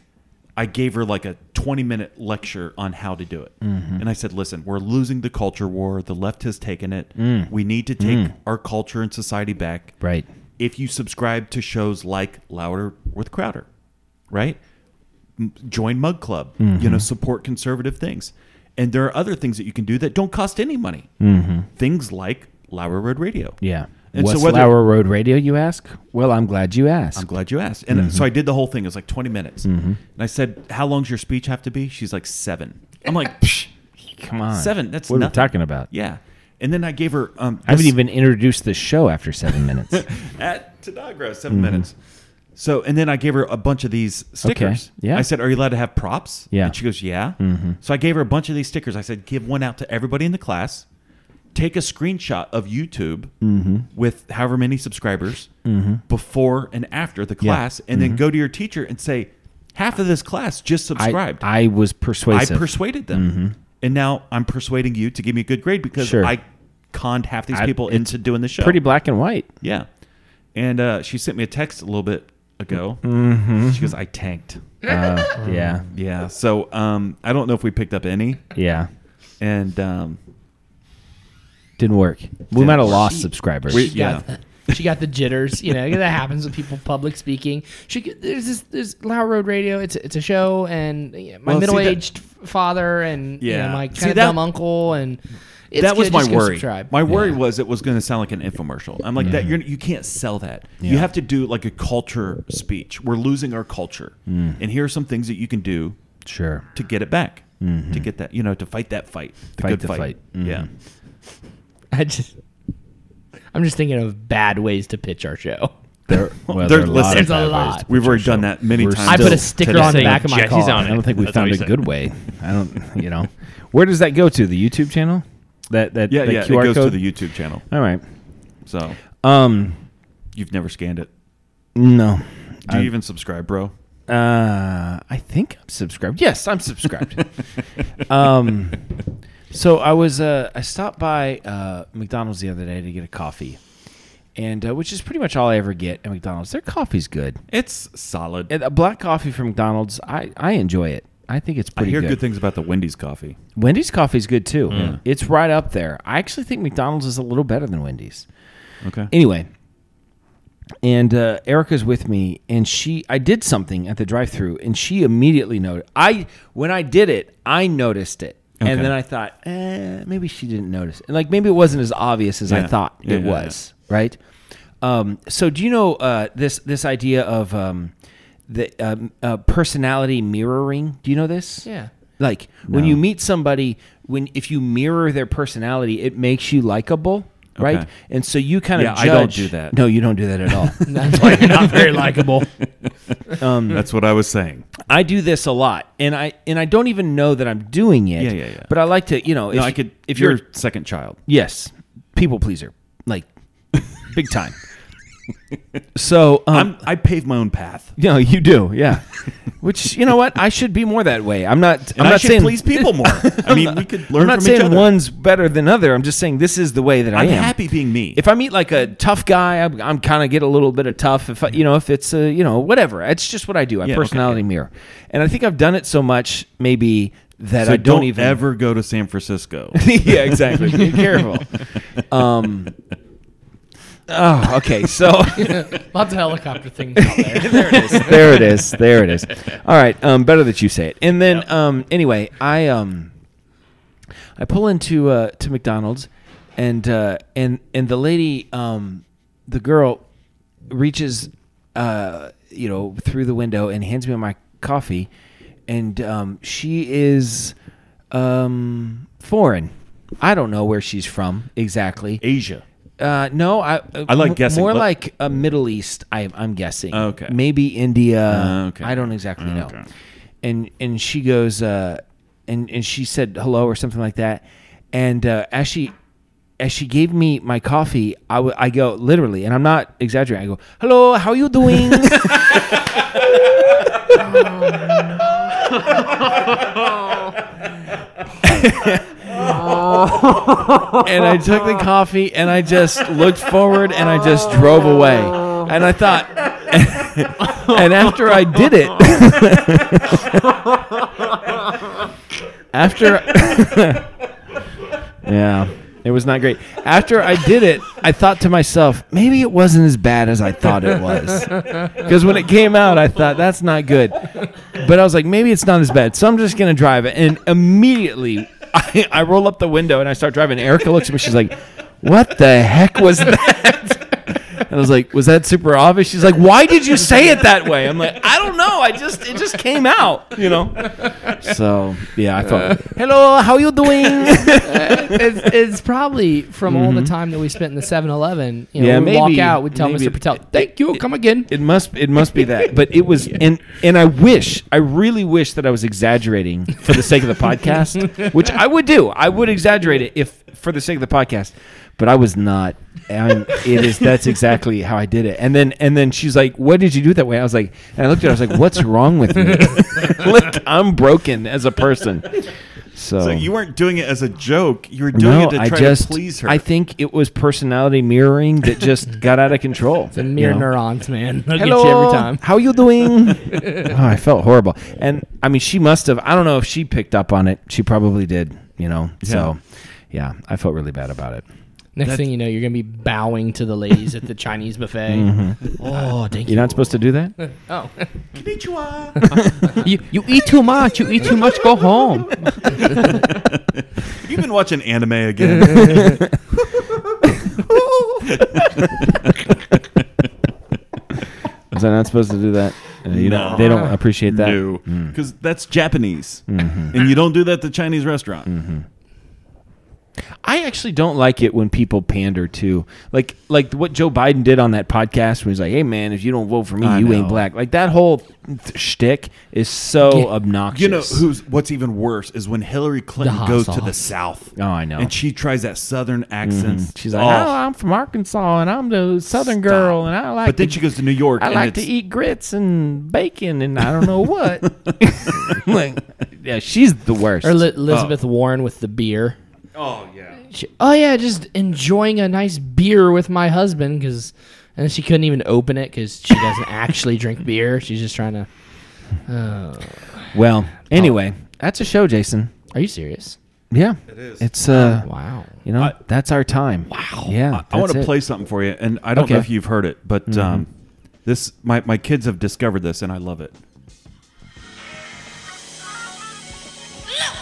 Speaker 5: I gave her like a 20 minute lecture on how to do it.
Speaker 4: Mm-hmm.
Speaker 5: And I said, listen, we're losing the culture war. The left has taken it. We need to take our culture and society back
Speaker 4: Mm. Right.
Speaker 5: if you subscribe to shows like Louder with Crowder, right? M- Join Mug Club, you
Speaker 4: Mm-hmm.
Speaker 5: know, support conservative things. And there are other things that you can do that don't cost any money.
Speaker 4: Mm-hmm.
Speaker 5: Things like Louder Road Radio.
Speaker 4: Yeah.
Speaker 5: And so
Speaker 4: What's
Speaker 5: whether-
Speaker 4: Lower Road Radio, you ask? Well, I'm glad you
Speaker 5: I'm
Speaker 4: asked.
Speaker 5: glad you asked. And
Speaker 4: Mm-hmm.
Speaker 5: so I did the whole thing. It was like 20 minutes. And I said, How long's your speech have to be? She's like, Seven. I'm like, Psh,
Speaker 4: Come on.
Speaker 5: Seven. That's
Speaker 4: what are we
Speaker 5: nothing.
Speaker 4: talking about.
Speaker 5: Yeah. And then I gave her. Um,
Speaker 4: I haven't
Speaker 5: this-
Speaker 4: even introduced the show after seven minutes. Mm-hmm.
Speaker 5: At Tadagra, 7 minutes. So, and then I gave her a bunch of these stickers.
Speaker 4: yeah.
Speaker 5: I said, Are you allowed to have props?
Speaker 4: Yeah. Mm-hmm.
Speaker 5: And she goes, Yeah. So I gave her a bunch of these stickers. I said, Give one out to everybody in the class. Take a screenshot of YouTube
Speaker 4: Mm-hmm.
Speaker 5: with however many subscribers before and after the class, and then go to your teacher and say, Half of this class just
Speaker 4: Mm-hmm. I,
Speaker 5: subscribed.
Speaker 4: I was
Speaker 5: I
Speaker 4: persuasive.
Speaker 5: persuaded them. And now I'm persuading you to give me a good grade because
Speaker 4: Sure.
Speaker 5: I conned half these
Speaker 4: I-
Speaker 5: people
Speaker 4: it's
Speaker 5: into doing the show.
Speaker 4: Pretty black and white.
Speaker 5: Yeah. And uh, she sent me a text a little bit ago.
Speaker 4: Mm-hmm.
Speaker 5: She goes, I tanked.
Speaker 4: Yeah,
Speaker 5: Yeah. So um, I don't know if we picked up any.
Speaker 4: yeah.
Speaker 5: And um,
Speaker 4: Didn't work. We might have lost
Speaker 6: She-
Speaker 4: subscribers.
Speaker 5: we,
Speaker 6: She got-
Speaker 5: yeah.
Speaker 6: she got the jitters. You know that happens with people public speaking. She get- there's this there's Loud Road Radio. It's it's a show, and you know, my
Speaker 5: Well, see, that-
Speaker 6: middle aged father and you know,
Speaker 5: Yeah.
Speaker 6: my
Speaker 5: See,
Speaker 6: kind of
Speaker 5: that-
Speaker 6: dumb uncle, and it's
Speaker 5: that was
Speaker 6: good,
Speaker 5: my
Speaker 6: just go
Speaker 5: worry.
Speaker 6: subscribe.
Speaker 5: My worry was it was going to sound like an infomercial. I'm like
Speaker 4: Mm-hmm.
Speaker 5: that. You're, you can't sell that. You have to do like a culture speech. We're losing our culture,
Speaker 4: Mm.
Speaker 5: and here are some things that you can do
Speaker 4: sure.
Speaker 5: to get it back, to get that, you know, to fight that fight, the
Speaker 4: Mm-hmm. Fight
Speaker 5: good
Speaker 4: the
Speaker 5: fight.
Speaker 4: fight. Mm-hmm.
Speaker 5: Yeah.
Speaker 6: I just I'm just thinking of bad ways to pitch our show.
Speaker 4: There, well,
Speaker 5: There-
Speaker 4: there are a lot.
Speaker 5: listen,
Speaker 4: Of
Speaker 6: There's a
Speaker 4: bad
Speaker 6: lot.
Speaker 4: ways to
Speaker 5: We've
Speaker 4: pitch
Speaker 5: already
Speaker 4: our
Speaker 5: done
Speaker 4: show.
Speaker 5: that many
Speaker 4: We're
Speaker 5: times.
Speaker 6: I put
Speaker 4: Still
Speaker 6: a sticker
Speaker 7: today.
Speaker 6: on the
Speaker 7: Saying
Speaker 6: back of my
Speaker 7: Jesse's
Speaker 6: car.
Speaker 7: on
Speaker 4: I don't think we
Speaker 7: That's
Speaker 4: found
Speaker 7: what
Speaker 4: a
Speaker 7: he said.
Speaker 4: good way. I don't. You know, where does that go to? The YouTube channel? That that
Speaker 5: yeah,
Speaker 4: that
Speaker 5: yeah. It
Speaker 4: QR
Speaker 5: goes
Speaker 4: code.
Speaker 5: to the YouTube channel.
Speaker 4: All right.
Speaker 5: So
Speaker 4: Um.
Speaker 5: you've never scanned it.
Speaker 4: No.
Speaker 5: Do you even subscribe, bro?
Speaker 4: Uh, I think I'm subscribed. Yes, I'm subscribed. um, so I was uh, I stopped by uh, McDonald's the other day to get a coffee, and uh, which is pretty much all I ever get at McDonald's. Their coffee's good.
Speaker 5: It's solid.
Speaker 4: And a black coffee from McDonald's, I I enjoy it. I think it's
Speaker 5: I
Speaker 4: pretty
Speaker 5: hear
Speaker 4: good.
Speaker 5: good. things about the Wendy's coffee.
Speaker 4: Wendy's coffee's good too. It's right up there. I actually think McDonald's is a little better than Wendy's.
Speaker 5: Okay.
Speaker 4: Anyway, and uh, Erica's with me, and she, I did something at the drive-through, and she immediately noticed. I when I did it, I noticed it,
Speaker 5: Okay.
Speaker 4: and then I thought, eh, maybe she didn't notice, and like maybe it wasn't as obvious as I
Speaker 5: Yeah.
Speaker 4: thought
Speaker 5: Yeah,
Speaker 4: it
Speaker 5: yeah,
Speaker 4: was, right? Um, so do you know uh, this this idea of um, the um, uh, personality mirroring? Do you know this?
Speaker 6: Yeah.
Speaker 4: Like when you meet somebody, when if you mirror their personality, it makes you likable, right?
Speaker 5: Okay.
Speaker 4: And so you kind of
Speaker 5: Yeah, I don't
Speaker 4: judge-
Speaker 5: do that.
Speaker 4: No, you don't do that at all.
Speaker 6: That's why you're not very likable.
Speaker 5: That's what I was saying.
Speaker 4: I do this a lot, and I and I don't even know that I'm doing it.
Speaker 5: Yeah, yeah, yeah.
Speaker 4: But I like to, you know, if,
Speaker 5: no, I could.
Speaker 4: if
Speaker 5: you're
Speaker 4: you're
Speaker 5: a second child,
Speaker 4: yes, people pleaser, like big time. so um,
Speaker 5: I'm, I pave my own path.
Speaker 4: No, you do, yeah. Which you know what? I should be more that way. I'm not.
Speaker 5: And
Speaker 4: I'm
Speaker 5: i
Speaker 4: not
Speaker 5: should
Speaker 4: saying
Speaker 5: please people more. I mean, we could learn
Speaker 4: I'm not
Speaker 5: from
Speaker 4: saying
Speaker 5: each other.
Speaker 4: one's better than other. I'm just saying this is the way that I
Speaker 5: I'm
Speaker 4: am.
Speaker 5: happy being me.
Speaker 4: If I meet like a tough guy, I'm, I'm kind of get a little bit of tough. If I, you know, if it's a you know whatever, it's just what I do. I
Speaker 5: Yeah, okay,
Speaker 4: personality
Speaker 5: yeah.
Speaker 4: mirror, and I think I've done it so much maybe that
Speaker 5: so
Speaker 4: I don't, even
Speaker 5: ever go to San Francisco.
Speaker 4: yeah, exactly. Be careful. Um. Oh, okay. So.
Speaker 6: Lots of helicopter things out there.
Speaker 4: there it is. There it is. All right. Um, better that you say it. And then, um, anyway, I um, I pull into uh, to McDonald's, and uh, and and the lady, um, the girl, reaches, uh, you know, through the window and hands me my coffee, and um, she is um, foreign. I don't know where she's from exactly.
Speaker 5: Asia.
Speaker 4: Uh, no, I
Speaker 5: I like
Speaker 4: m-
Speaker 5: guessing.
Speaker 4: more
Speaker 5: Let-
Speaker 4: like a Middle East. I, I'm guessing.
Speaker 5: Okay.
Speaker 4: maybe India.
Speaker 5: Uh, okay.
Speaker 4: I don't exactly know.
Speaker 5: Okay.
Speaker 4: And and she goes, uh, and and she said hello or something like that. And uh, as she as she gave me my coffee, I, w- I go literally, and I'm not exaggerating. I go, hello, how you doing? and I took the coffee and I just looked forward and I just drove away. And I thought, and after I did it, after, yeah, it was not great. After I did it, I thought to myself, maybe it wasn't as bad as I thought it was. Because when it came out, I thought, that's not good. But I was like, maybe it's not as bad. So I'm just going to drive it. And immediately, I, I roll up the window and I start driving. Erica looks at me. She's like, what the heck was that? And I was like, "Was that super obvious?" She's like, "Why did you say it that way?" I'm like, "I don't know. I just it just came out, you know." So yeah, I felt. Hello, how you doing?
Speaker 6: it's, it's probably from all the time that we spent in the 7-Eleven. You know,
Speaker 4: Mm-hmm. Yeah,
Speaker 6: we'd walk
Speaker 4: maybe-
Speaker 6: out, we'd tell
Speaker 4: maybe
Speaker 6: Mr.
Speaker 4: it-
Speaker 6: Patel, "Thank you, come again."
Speaker 4: It must it must be that. But it was and and I wish I really wish that I was exaggerating for the sake of the podcast, which I would do. I would exaggerate it if for the sake of the podcast, but I was not. And it is that's exactly how I did it. And then and then she's like, "What did you do that way?" I was like, and I looked at her. I was like, "What's wrong with me? Look, I'm broken as a person." So,
Speaker 5: So you weren't doing it as a joke. You were doing
Speaker 4: no,
Speaker 5: it to
Speaker 4: I
Speaker 5: try
Speaker 4: just
Speaker 5: to please her.
Speaker 4: I think it was personality mirroring that just got out of control. The
Speaker 6: Mere neurons, man. They'll get you every time.
Speaker 4: How you doing? oh, I felt horrible. And I mean, she must have. I don't know if she picked up on it. She probably did. You know. So, yeah, I felt really bad about it.
Speaker 6: Next thing you know, you're gonna be bowing to the ladies at the Chinese buffet.
Speaker 4: Mm-hmm.
Speaker 6: Oh, thank you.
Speaker 4: You're not supposed to do that.
Speaker 6: Oh,
Speaker 7: You, you eat too much. You eat too much. Go home.
Speaker 5: You've been watching anime again.
Speaker 4: Was I not supposed to do that? Uh, you don't-
Speaker 5: No.
Speaker 4: They don't appreciate that. Mm. Mm-hmm.
Speaker 5: no, because that's Japanese, and you don't do that to Chinese restaurant.
Speaker 4: I actually don't like it when people pander to like like what Joe Biden did on that podcast when he's like, "Hey man, if you don't vote for me,
Speaker 5: I
Speaker 4: you
Speaker 5: know.
Speaker 4: ain't black." Like that whole th- shtick is so obnoxious.
Speaker 5: You know who's what's even worse is when Hillary Clinton
Speaker 6: hot
Speaker 5: goes to
Speaker 6: sauce.
Speaker 5: the South.
Speaker 4: Oh, I know. Mm-hmm.
Speaker 5: and she tries that Southern accent.
Speaker 4: She's like,
Speaker 5: Oh,
Speaker 4: "Oh, I'm from Arkansas, and I'm the Southern
Speaker 5: Stop.
Speaker 4: girl, and I like."
Speaker 5: Oh, But then
Speaker 4: to-
Speaker 5: she goes to New York
Speaker 4: I
Speaker 5: and
Speaker 4: like to
Speaker 5: it's-
Speaker 4: eat grits and bacon and I don't know what. like, yeah, she's the worst.
Speaker 6: or Li- Elizabeth Warren with the beer.
Speaker 5: oh yeah.
Speaker 6: She, oh yeah, just enjoying a nice beer with my husband because, and she couldn't even open it because she doesn't actually drink beer. She's just trying to. Oh.
Speaker 4: well, anyway, that's a show, Jason.
Speaker 6: Are you serious?
Speaker 4: Yeah, it is. It's uh,
Speaker 6: Wow.
Speaker 4: you know, that's our time. Wow. Yeah,
Speaker 5: I want to
Speaker 4: that's it.
Speaker 5: play something for you, and I don't know
Speaker 4: Okay. Mm-hmm.
Speaker 5: if you've heard it, but um, this my my kids have discovered this, and I love it.
Speaker 10: Look!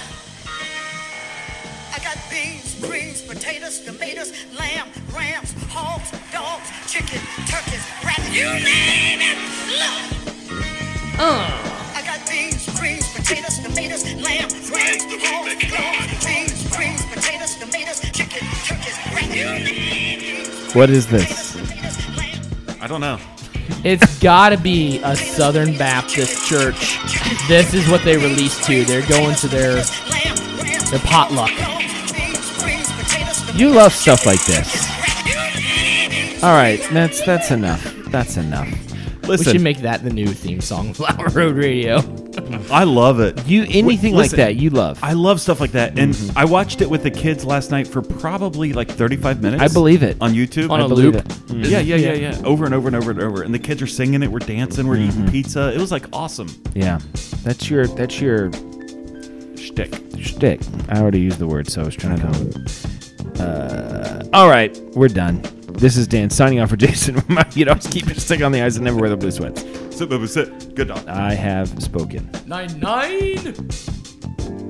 Speaker 10: I got beans, greens, potatoes, tomatoes, lamb, rams, hogs, dogs, chicken, turkeys, rabbits. You name it! Look! I got beans, greens, potatoes, tomatoes, lamb, rams, hogs, dogs, beans, greens, potatoes, tomatoes, chicken, turkeys, rabbits. You name it!
Speaker 4: What is this?
Speaker 10: Potatoes, tomatoes, lamb.
Speaker 5: I don't know.
Speaker 6: It's gotta be a Southern Baptist church. This is what they released to. They're going to their.
Speaker 10: Their
Speaker 6: their potluck.
Speaker 4: You love stuff like this. All right, that's that's enough. That's enough.
Speaker 6: We
Speaker 5: Listen,
Speaker 6: should make that the new theme song, Flower Road Radio.
Speaker 5: I love it.
Speaker 4: You Mm-hmm. anything
Speaker 5: listen.
Speaker 4: like that you love.
Speaker 5: I love stuff like that, and I watched it with the kids last night for probably like 35 minutes.
Speaker 4: I believe it.
Speaker 5: on YouTube.
Speaker 6: On
Speaker 5: I
Speaker 6: a
Speaker 5: believe-
Speaker 6: loop.
Speaker 4: Believe it.
Speaker 5: Yeah, yeah, yeah, yeah. Over and over and over and over, and the kids are singing it. We're dancing. We're eating pizza. It was like awesome.
Speaker 4: Yeah, that's your that's your
Speaker 5: Shtick.
Speaker 4: shtick. I already used the word, so I was trying to come. up with- Uh, all right, we're done. This is Dan signing off for Jason. you know, keep your stick on the ice and never wear the blue sweats.
Speaker 5: Sit, baby, sit. Good dog.
Speaker 4: I have spoken.
Speaker 6: Nine nine.